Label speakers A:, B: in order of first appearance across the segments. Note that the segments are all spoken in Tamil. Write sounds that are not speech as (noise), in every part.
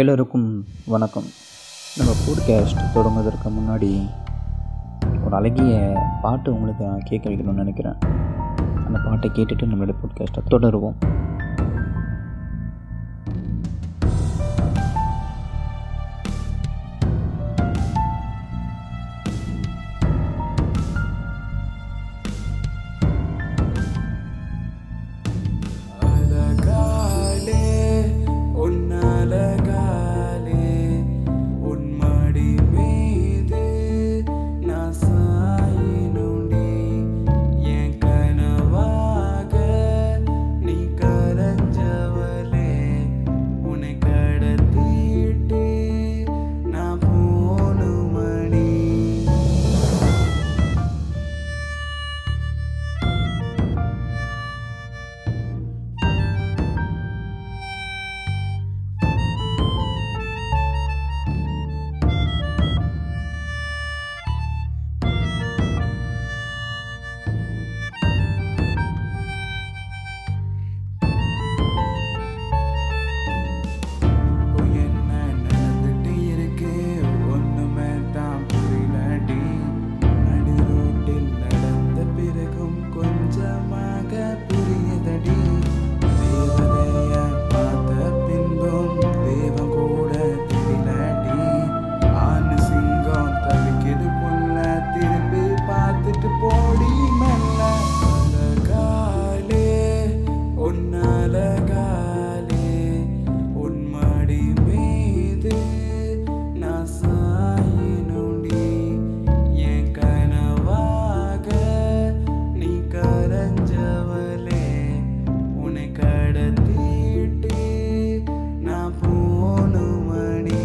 A: எல்லோருக்கும் வணக்கம் நம்ம போட்காஸ்ட் தொடங்குவதற்கு முன்னாடி ஒரு அழகிய பாட்டு உங்களுக்கு நான் கேட்க வைக்கணும்னு நினைக்கிறேன் அந்த பாட்டை கேட்டுட்டு நம்மளுடைய போட்காஸ்ட்டை தொடருவோம்
B: அழகாலே உன் அழகாலே உன் மடி மீது நான் சாயினுண்டி என் கனவாக நீ கரைஞ்சவளே உன்னை கடத்திட்டு நான் போனும் மணி என்ன நடந்துட்டு இருக்கு ஒண்ணுமே தான் புரியலடி நடு ரோட்டில் நடந்த பிறகும் கொஞ்சமாக புரியதடி தேவதைய பார்த்த பின்பும் தெய்வம் கூட தெரியலடி ஆண் சிங்கம் தவிக்கிது புல்ல திரும்பி பார்த்துட்டு போடி மெல்ல அழகாலே உன் அழகாலே உன் மடி மீது நான் சாயினுண்டி என் கனவாக நீ கரைஞ்சவளே உன்னை கடத்திட்டு நான் போனும் மணி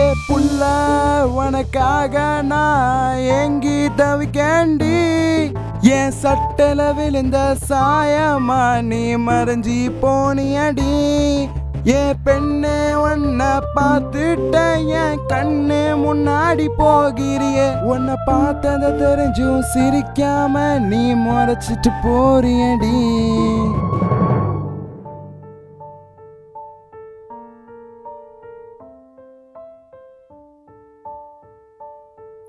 B: ஏ புள்ள உனக்காக நான் ஏங்கி தவிக்கேண்டி என் சட்டல விழுந்த சாயமா நீ மறைஞ்சி போனியடி ஏ பெண்ணே உன்னை பார்த்துட்டேன் என் கண்ணு முன்னாடி போகிறியே உன்னை பார்த்ததை தெரிஞ்சும் சிரிக்காம நீ முறைச்சிட்டு போறியடி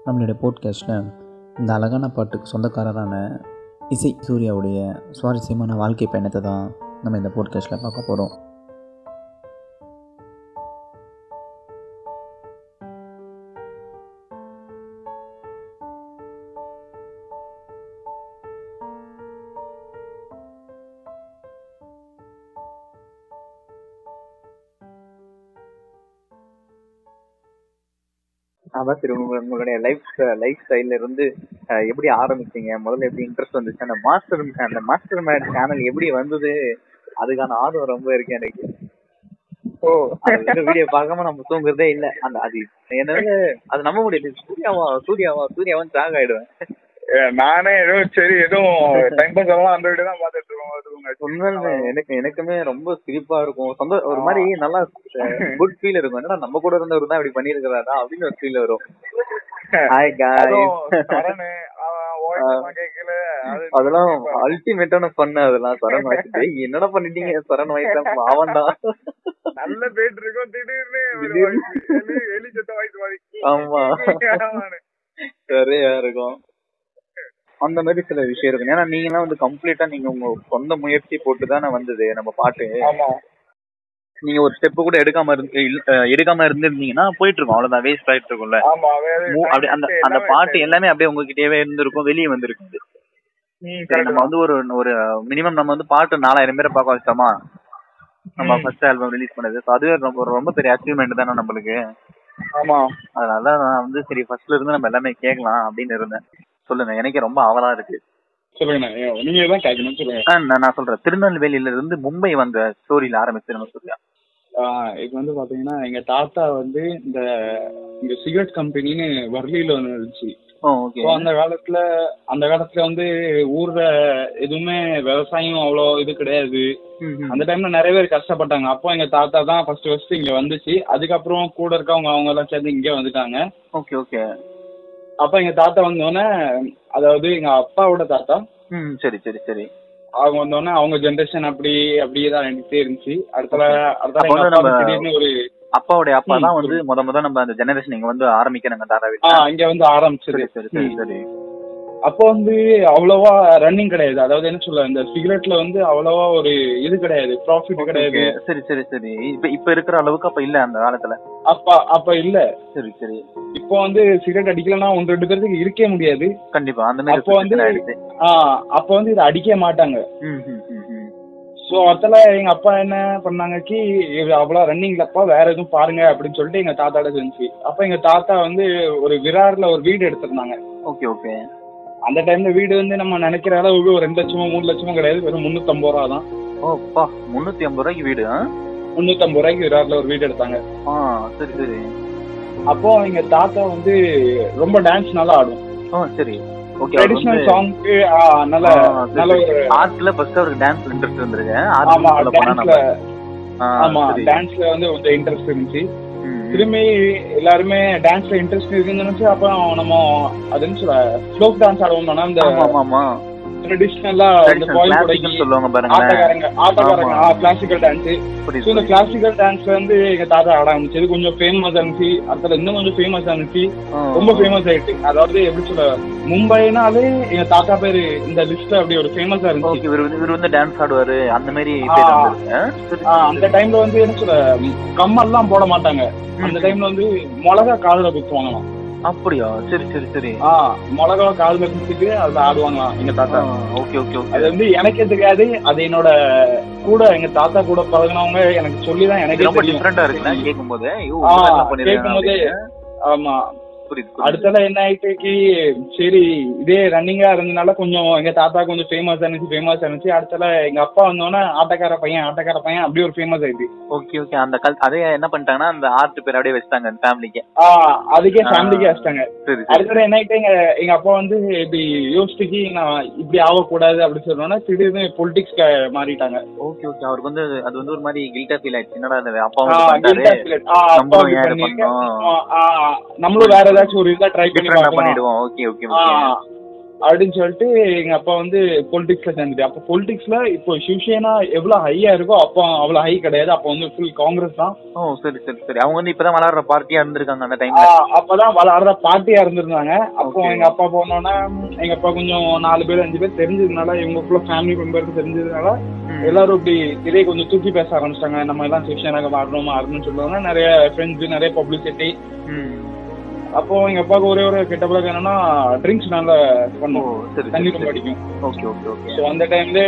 A: நம்மளுடைய போட்காஸ்ட்டில் இந்த அழகான பாட்டுக்கு சொந்தக்காரரான இசை சூர்யாவுடைய சுவாரஸ்யமான வாழ்க்கை பயணத்தை தான் நம்ம இந்த போட்காஸ்ட்டில் பார்க்க போகிறோம்
C: அதான் சரி உங்க- உங்களுடைய லைஃப் லைஃப் ஸ்டைல்ல இருந்து அஹ், எப்படி ஆரம்பிச்சீங்க முதல்ல எப்படி இன்ட்ரெஸ்ட் வந்துச்சு அந்த மாஸ்டர் அந்த மாஸ்டர் மேட் சேனல் எப்படி வந்தது அதுக்கான ஆர்வம் ரொம்ப இருக்கு எனக்கு ஓ வீடியோ பார்க்காம நம்ம தூங்குறதே இல்ல அந்த அது என்னால அது நம்ப முடியல சூர்யாவா சூர்யாவா சூர்யாவான்னு ட்ராக் ஆயிடுவேன்
D: ஏ, நானே ஏதோ சரி
C: (laughs)
D: எதுவும் டைம் பாஸ் எல்லாம் அந்த வீடியோ தான் பார்த்துட்டு இருக்கோம்
C: உண்மையிலுமே
D: அதுவும்
C: எனக்கு எனக்குமே ரொம்ப சிரிப்பா இருக்கும் சொந்த ஒரு மாதிரி நல்லா குட் ஃபீல் இருக்கும் என்னடா நம்ம கூட இருந்தவர் தான் இப்படி பண்ணிருக்கிறாரா அப்படின்னு ஒரு ஃபீல் வரும் ஹாய் காய்
D: சரணு அவன் voice எல்லாம் கேட்கல அது
C: அதெல்லாம் அல்டிமேட்டான பண்ண அதெல்லாம் சரண் வாய்ஸ் டேய், என்னடா பண்ணிட்டீங்க சரண் வாய்ஸ் அவன்டா
D: நல்ல பேட் இருக்கும் திடீர்னு ஒரு
C: திடீர்னு.
D: voice, எலி- எலி செத்த voice மாதிரி
C: ஆமா
D: ஆமாண்ணே.
C: சரியா இருக்கும் அந்த மாதிரி சில விஷயம் இருக்கும் ஏன்னா நீங்க எல்லாம் வந்து கம்ப்ளீட்டா நீங்க உங்க சொந்த முயற்சி போட்டு தானே வந்தது நம்ம பாட்டு
D: ஆமா
C: நீங்க ஒரு ஸ்டெப் கூட எடுக்காம இருந்து இல்ல, அஹ், எடுக்காம இருந்திருந்தீங்கன்னா போயிட்டு இருக்கும் அவ்வளவுதான் வேஸ்ட் ஆயிட்டு இருக்கும்ல
D: ஆமா வேற
C: மூ- அப்படி அந்த அந்த
D: எல்லாமே
C: பாட்டு எல்லாமே அப்படியே உங்ககிட்டயே இருந்திருக்கும் வெளியே வந்திருக்கும் இது.
D: ம்,
C: சரி,
D: correct
C: நம்ம வந்து ஒரு ஒரு மினிமம் நம்ம வந்து பாட்டு நாலாயிரம் பேரை பார்க்க வச்சோமா நம்ம ஃபர்ஸ்ட் ஆல்பம் ரிலீஸ் பண்ணது So அதுவே ரொம்ப ரொம்ப பெரிய அச்சீவ்மெண்ட் தானே நம்மளுக்கு
D: தான். ஆமா
C: அதனால நான் வந்து சரி ஃபர்ஸ்ட்ல இருந்து நம்ம எல்லாமே கேட்கலாம் அப்படின்னு இருந்தேன் சொல்லுங்க எனக்கு ரொம்ப ஆவலா இருக்கு
D: சொல்லுங்க நீங்க தான் கேட்கணும் சொல்லுங்க
C: ஆ, நான் நான் சொல்றேன் திருநெல்வேலியில இருந்து மும்பை வந்த ஸ்டோரியில ஆரம்பிச்சு நம்ம சொல்லலாம்
D: ஆஹ் இது வந்து பாத்தீங்கன்னா எங்க தாத்தா வந்து இந்த இந்த சிகரெட் கம்பெனின்னு வர்லியில ஒன்று இருந்துச்சு
C: ஓகே
D: So, அந்த காலத்துல அந்த காலத்துல வந்து ஊர்ல எதுவுமே விவசாயம் அவ்வளோ இது கிடையாது அந்த டைம்ல நிறைய பேர் கஷ்டப்பட்டாங்க அப்போ எங்க தாத்தா தான் ஃபர்ஸ்ட் ஃபர்ஸ்ட் இங்க வந்துச்சு அதுக்கப்புறம் கூட இருக்கவங்க அவங்க எல்லாம் சேர்ந்து இங்கே வந்துட்டாங்க
C: ஓகே ஓகே
D: அப்ப எங்க தாத்தா வந்தோடனே அதாவது எங்க அப்பாவோட தாத்தா
C: ம் சரி சரி சரி
D: அவங்க வந்தோடனே அவங்க ஜென்ரேஷன் அப்படி அப்படியே தான் நின்றுட்டே இருந்துச்சு அடுத்த அடுத்த
C: அப்ப வந்து
D: எங்க அப்பா
C: நம்ம-
D: திடீர்னு ஒரு
C: அப்பாவுடைய அப்பா
D: ம்,
C: தான் வந்து முத முத நம்ம அந்த ஜெனரேஷன் இங்க வந்து ஆரம்பிக்கிறாங்க
D: ஆ,
C: தாராவில்
D: இங்க வந்து ஆரம்பிச்சது
C: சரி சரி சரி சரி
D: அப்போ வந்து அவ்வளவா ரன்னிங் கிடையாது அதாவது என்ன சொல்ல இந்த சிகரெட்ல வந்து அவ்வளவா ஒரு இது கிடையாது ப்ராஃபிட் கிடையாது
C: Okay, சரி சரி சரி இப்ப இப்ப இருக்கிற அளவுக்கு அப்ப இல்ல அந்த காலத்துல
D: அப்ப அப்ப இல்ல
C: சரி சரி
D: இப்போ வந்து சிகரெட் அடிக்கலன்னா ஒன்று ரெண்டு பேருக்கு இருக்கவே முடியாது
C: கண்டிப்பா அந்த மாதிரி
D: அப்போ வந்து-
C: situation ஆயிடுச்சு.
D: ஆ, அப்ப வந்து இதை அடிக்க மாட்டாங்க
C: ம், ம், ம், ம்.
D: சோ அதுல எங்க அப்பா என்ன பண்ணாங்க கி இது அவ்வளவு ரன்னிங்ல அப்பா வேற எதுவும் பாருங்க அப்படின்னு சொல்லிட்டு எங்க தாத்தாட இருந்துச்சு அப்ப எங்க தாத்தா வந்து ஒரு விரார்ல ஒரு வீடு எடுத்திருந்தாங்க
C: ஓகே ஓகே
D: அந்த டைம்ல வீடு வந்து நம்ம நினைக்கிற அளவுக்கு ஒரு ரெண்டு லட்சமோ மூணு லட்சமோ கிடையாது வெறும் முன்னூத்தம்பது ரூபா தான்
C: ஓப்பா முன்னூத்தி ஐம்பது ரூபாய்க்கு வீடு ஆ?
D: முன்னூத்தம்பது ரூபாய்க்கு விரார்ல ஒரு வீடு எடுத்தாங்க
C: ஆ சரி சரி
D: அப்போ எங்க தாத்தா வந்து ரொம்ப டான்ஸ் நல்லா ஆடும்
C: ஆ சரி ஓகே அவர் வந்து-
D: ட்ரெடிஷனல் சாங்க்கு நல்ல
C: ஆ, சரி,
D: நல்ல
C: சரி.
D: ஒரு
C: ஆர்ட்ல ஃபர்ஸ்ட் அவருக்கு டான்ஸ் இன்ட்ரெஸ்ட் இருந்திருக்கு
D: ஆமா
C: ஆர்ட்ல போனா
D: டான்ஸ்ல
C: நம்ம ஆ,
D: ஆமா
C: சரி.
D: டான்ஸ்ல வந்து கொஞ்சம் இன்ட்ரெஸ்ட் இருந்துச்சு
C: ம், ம்.
D: திரும்பி எல்லாருமே டான்ஸ்ல இன்ட்ரெஸ்ட் இருக்குன்னு நினைச்சு அப்புறம் நம்ம அதுன்னு சொல்ல ஸ்லோக் டான்ஸ் ஆடுவோம்னா இந்த
C: ஆமா ஆமா ஆமா
D: ட்ரெடிஷ்னலா இந்த
C: Traditional,
D: பாய்
C: classical
D: கூட
C: சொல்லுவாங்க பாருங்களேன்
D: ஆட்டக்காரங்க ஆட்டக்காரங்க கிளாசிக்கல் டான்ஸ் ஸோ இந்த
C: புரியுது
D: கிளாசிக்கல் டான்ஸ்ல வந்து எங்க தாத்தா ஆட ஆரம்பிச்சது கொஞ்சம் ஃபேமஸ் ஆனிச்சு அடுத்தது இன்னும் கொஞ்சம் ஃபேமஸ் ஆனிச்சு
C: ஆ,
D: ரொம்ப
C: ஆ.
D: ஃபேமஸ் ஆயிட்டு அதாவது எப்படி சொல்ல மும்பைனாலே எங்க தாத்தா பேரு இந்த லிஸ்ட்ல அப்படி ஒரு ஃபேமஸா இருந்துச்சு
C: ஓகே இவர் வந்து இவர் வந்து டான்ஸ் ஆடுவாரு அந்த மாதிரி
D: ஆ.
C: பேர் வந்திருக்கு. ஆ, சரி,
D: ஆ, அந்த டைம்ல வந்து என்ன சொல்ல கம்மல்லாம் போட மாட்டாங்க அந்த டைம்ல வந்து மிளகா காதுல குத்துவாங்களாம்
C: அப்படியா சரி சரி சரி
D: ஆ மிளகா காதுல குத்திட்டு அதுல ஆடுவாங்களாம் எங்க தாத்தா
C: ஓகே ஓகே ஓகே
D: அது வந்து எனக்கே தெரியாது அது என்னோட கூட எங்க தாத்தா கூட பழகுனவங்க எனக்கு சொல்லிதான்
C: இது
D: எனக்கே
C: ரொம்ப
D: தெரியும்
C: டிஃபரெண்டா இருக்குல்ல கேட்கும்போது ஐயோ,
D: ஆ,
C: இவங்க என்ன பண்ணிருக்காங்க
D: கேட்கும்போதே
C: அப்படின்னு.
D: ஆமா
C: புரியுது புரியுது.
D: அடுத்தால என்ன ஆயிட்டு கி, சரி இதே ரன்னிங்கா இருந்தனால கொஞ்சம் எங்க தாத்தா கொஞ்சம் ஃபேமஸ் ஆனிச்சு ஃபேமஸ் ஆனிச்சு அடுத்தால எங்க அப்பா வந்தோடனே ஆட்டக்கார பையன் ஆட்டக்கார பையன் அப்படியே ஒரு ஃபேமஸ் ஆயிடுச்சு
C: ஓகே ஓகே அந்த கல் அதே என்ன பண்ணிட்டாங்கன்னா அந்த ஆர்ட் பேர் அப்படியே வச்சிட்டாங்க அந்த ஃபேமிலிக்கு
D: ஆ அதுக்கே
C: ஆ.
D: ஃபேமிலிக்கே வச்சிட்டாங்க
C: சரி சரி
D: அடுத்தது என்ன ஆயிட்டு எங்க எங்க அப்பா வந்து இப்படி யோசிச்சுக்கு நான் இப்படி ஆகக்கூடாது அப்படின்னு சொன்னோன்னா திடீர்னு பொலிட்டிக்ஸ்க்கு மாறிட்டாங்க
C: ஓகே ஓகே அவருக்கு வந்து அது வந்து ஒரு மாதிரி கில்ட்டா ஃபீல் ஆயிடுச்சு என்னடா அது அப்பா
D: ஆ,
C: வந்து பண்றாரு
D: guilt affiliate. ஆ, அப்பா
C: நம்மளும்
D: அப்படி
C: ஏன் இது
D: பண்ணிருக்கேன். ஆ,
C: பண்ணோம்
D: ஆ, நம்மளும் வேற ஏதாச்சும் ஒரு இதா ட்ரை பண்ணி
C: டிஃபரெண்டா
D: பார்க்கலாம்.
C: பண்ணிடுவோம் ஓகே ஓகே
D: ஆ,
C: ஓகே
D: அப்படின்னு சொல்லிட்டு எங்க அப்பா வந்து பொலிட்டிக்ஸ்ல சேர்ந்துட்டு அப்ப பொலிட்டிக்ஸ்ல இப்போ சிவசேனா எவ்வளவு ஹையா இருக்கோ அப்போ அவ்வளவு ஹை கிடையாது அப்ப வந்து ஃபுல் காங்கிரஸ் தான்
C: ஓ சரி சரி சரி அவங்க வந்து இப்பதான் விளையாடுற பார்ட்டியா இருந்திருக்காங்க அந்த
D: ஆ,
C: டைம்ல
D: அப்பதான் வளர்ற பாட்டியா இருந்திருந்தாங்க அப்போ
C: Okay.
D: எங்க அப்பா போனோன்னா எங்க அப்பா கொஞ்சம் நாலு பேர் அஞ்சு பேர் தெரிஞ்சதுனால இவங்க ஃபுல்லா ஃபேமிலி மெம்பர் தெரிஞ்சதுனால எல்லாரும் இப்படி இதே கொஞ்சம் தூக்கி பேச ஆரம்பிச்சிட்டாங்க நம்ம எல்லாம் சிவசேனாக்கு மாறணும் மாறணும்னு சொல்லுவாங்க நிறைய ஃப்ரெண்ட்ஸ் நிறைய பப்ளிசிட்டி அப்போ எங்க அப்பாவுக்கு ஒரே ஒரு கெட்ட பழக்கம் என்னன்னா ட்ரிங்க்ஸ் நல்லா
C: ஓ
D: பண்ணுவோம்
C: சரி
D: தண்ணி
C: சரி
D: ரொம்ப அடிக்கும்
C: ஓகே ஓகே ஓகே
D: ஸோ அந்த டைம்ல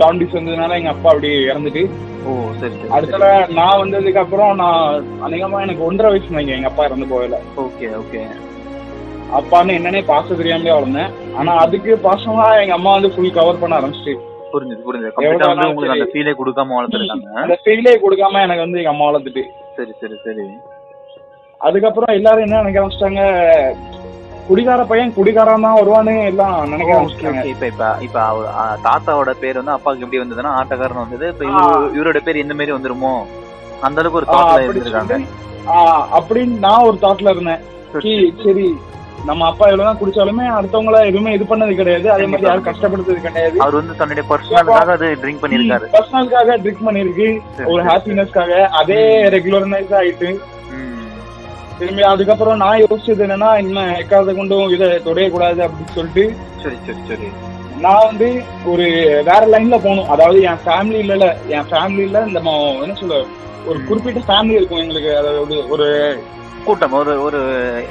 D: ஜாண்டிஸ் வந்ததுனால எங்க அப்பா அப்படி இறந்துட்டு
C: ஓ சரி சரி
D: அடுத்தல நான் வந்ததுக்கு அப்புறம் நான் அநேகமா எனக்கு ஒன்றரை வயசு நினைக்க எங்க அப்பா இறந்து போகல
C: ஓகே ஓகே
D: அப்பான்னு என்னன்னே பாசம் தெரியாமலே வளர்ந்தேன் ஆனா அதுக்கு பாசமா எங்க அம்மா வந்து ஃபுல் கவர் பண்ண ஆரம்பிச்சிட்டு
C: புரிஞ்சுது புரிஞ்சுது கம்ப்ளீட்டா வந்து
D: நாள்
C: உங்களுக்கு
D: சரி.
C: அந்த ஃபீலே கொடுக்காம வளர்த்துருக்காங்க
D: அந்த ஃபீலே கொடுக்காம எனக்கு வந்து எங்க அம்மா வளர்த்துட்டு
C: சரி சரி சரி
D: அதுக்கப்புறம் எல்லாரும் என்ன நினைக்க ஆரம்பிச்சிட்டாங்க குடிகார பையன் குடிகாரன் தான் வருவான்னு எல்லாம் நினைக்க
C: ஓகே
D: ஆரம்பிச்சிட்டாங்க
C: ஓகே இப்ப இப்ப இப்ப அவ- ஆ, தாத்தாவோட பேர் வந்து அப்பாவுக்கு எப்படி வந்ததுன்னா ஆட்டக்காரன் வந்தது இப்ப
D: ஆ.
C: இவரு- இவரோட பேர் எந்த மாதிரி வந்துருமோ அந்த அளவுக்கு ஒரு
D: ஆ,
C: தாட்ல
D: அப்படி
C: இருந்திருக்காங்க
D: சொல்லி, ஆ, அப்படின்னு நான் ஒரு தாட்ல இருந்தேன்
C: சரி,
D: கி, சரி நம்ம அப்பா எவ்வளவுதான் குடிச்சாலுமே அடுத்தவங்கள எதுவுமே இது பண்ணது கிடையாது அதே மாதிரி யாரும் கஷ்டப்படுத்தது கிடையாது
C: அவர் வந்து தன்னுடைய பர்சனலுக்காக அது ட்ரிங்க் பண்ணிருக்காரு
D: பர்சனலுக்காக ட்ரிங்க் பண்ணிருக்கு ஒரு ஹாப்பினஸ்க்காக அதே ரெகுலரைஸ் ஆயிட்டு திரும்பி அதுக்கப்புறம் நான் யோசிச்சது என்னன்னா இன்னும் எக்காவது கொண்டும் இதை தொடையக்கூடாது அப்படின்னு சொல்லிட்டு
C: சரி சரி சரி
D: நான் வந்து ஒரு வேற லைன்ல போகணும் அதாவது என் ஃபேமிலியில என் ஃபேமிலியில இந்த ம- என்ன சொல்ல ஒரு குறிப்பிட்ட ஃபேமிலி இருக்கும் எங்களுக்கு அதாவது ஒரு
C: கூட்டம் ஒரு ஒரு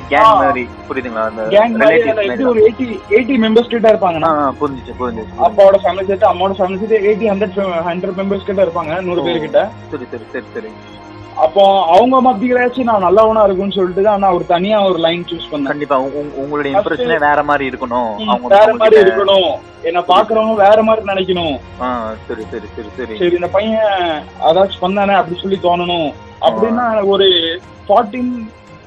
C: கேங்
D: ஆ.
C: மாதிரி புரியுதுங்களா அந்த
D: கேங் மாதிரி
C: relatives
D: அதுல
C: மாதிரி
D: எப்படி ஒரு எயிட்டி எயிட்டி மெம்பர்ஸ் கிட்ட இருப்பாங்கன்னா
C: ஆ, ஆ, புரிஞ்சுச்சு புரிஞ்சுச்சு புரிஞ்சுச்சு.
D: அப்பாவோட ஃபேமிலி சேர்த்து அம்மாவோட ஃபேமிலி சேர்த்து எயிட்டி ஹண்ட்ரட் ஹண்ட்ரட் மெம்பர்ஸ் கிட்ட இருப்பாங்க நூறு பேர் கிட்ட
C: சரி சரி சரி சரி
D: அப்போ அவங்க மத்தியிலாச்சும் நான் நல்லவனா இருக்கும்னு சொல்லிட்டு தான் நான் ஒரு தனியா ஒரு லைன் சூஸ் பண்ணேன்
C: கண்டிப்பா உங்க- உங்க- உங்களுடைய
D: First-
C: இம்ப்ரெஷனே வேற மாதிரி இருக்கணும் அவங்க
D: வேற
C: அவங்க
D: மாதிரி
C: கிட்ட-
D: இருக்கணும் என்ன பாக்குறவங்க வேற மாதிரி நினைக்கணும்
C: ஆ, சரி சரி சரி சரி
D: சரி இந்த பையன் அதாச்சும் பண்ணானே அப்படி சொல்லி தோணணும் அப்படின்னா ஒரு ஃபார்ட்டின்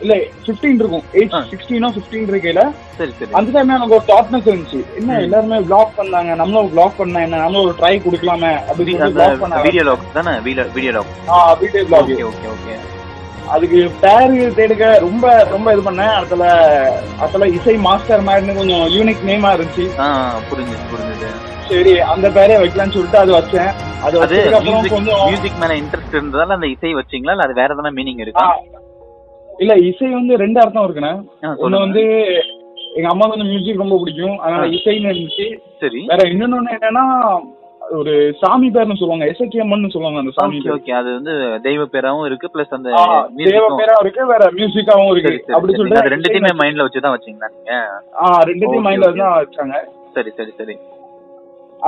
D: இல்ல 15 இருக்கும் ஏஜ்
C: ஆ.
D: சிக்ஸ்டீனோ ஃபிஃப்டீன் இருக்கையில
C: சரி சரி
D: அந்த டைம்ல எனக்கு ஒரு டாட்னஸ் இருந்துச்சு என்ன எல்லாருமே பிளாக் பண்ணாங்க நம்மளும் பிளாக் பண்ணா என்ன நம்மளும் ஒரு ட்ரை கொடுக்கலாமே அப்படின்னு பிளாக் பண்ணாங்க
C: வீடியோ லாக் தானே video log
D: video blog
C: okay okay okay
D: அதுக்கு பேரு தேடுக்க ரொம்ப ரொம்ப இது பண்ணேன் அதுல அதுல இசை மாஸ்டர் மாதிரி கொஞ்சம் யூனிக் நேமா இருந்துச்சு
C: ஆ புரிஞ்சுது புரிஞ்சுது
D: சரி அந்த பேரே வைக்கலாம்னு சொல்லிட்டு அது வச்சேன் அது
C: அது
D: வச்சதுக்கு அப்புறம்
C: மியூசிக்
D: கொஞ்சம்
C: மியூசிக் மேல இன்ட்ரெஸ்ட் இருந்ததால அந்த இசை வச்சீங்களா இல்ல அது வேற எதனா மீனிங் இருக்கா
D: ஆ, இல்ல இசை வந்து ரெண்டு அர்த்தம் இருக்குண்ணே
C: ஆ,
D: ஒண்ணு
C: சொல்லுங்க.
D: வந்து எங்க அம்மா வந்து மியூசிக் ரொம்ப பிடிக்கும் அதனால இசைன்னு இருந்துச்சு
C: சரி
D: வேற இன்னொன்னு என்னன்னா ஒரு சாமி பேர்னு சொல்லுவாங்க எஸ்எகேமன் சொல்லுவாங்க அந்த சாமி
C: ஓகே
D: பேர்
C: ஓகே அது வந்து தெய்வ பேராவும் இருக்கு பிளஸ் அந்த
D: ஆ, தேவ
C: music-ம்.
D: பேரா இருக்கு வேற மியூசிக்காவும்
C: சரி,
D: இருக்கு
C: சரி,
D: அப்படி
C: சரி. நீங்க அது
D: சொல்லிட்டு
C: ரெண்டுத்தையுமே மைண்ட்ல வச்சுதான் வச்சீங்களா நீங்க
D: ஆ, ரெண்டுத்தையும்
C: Okay,
D: மைண்ட்ல
C: okay.
D: தான் வச்சாங்க
C: சரி சரி சரி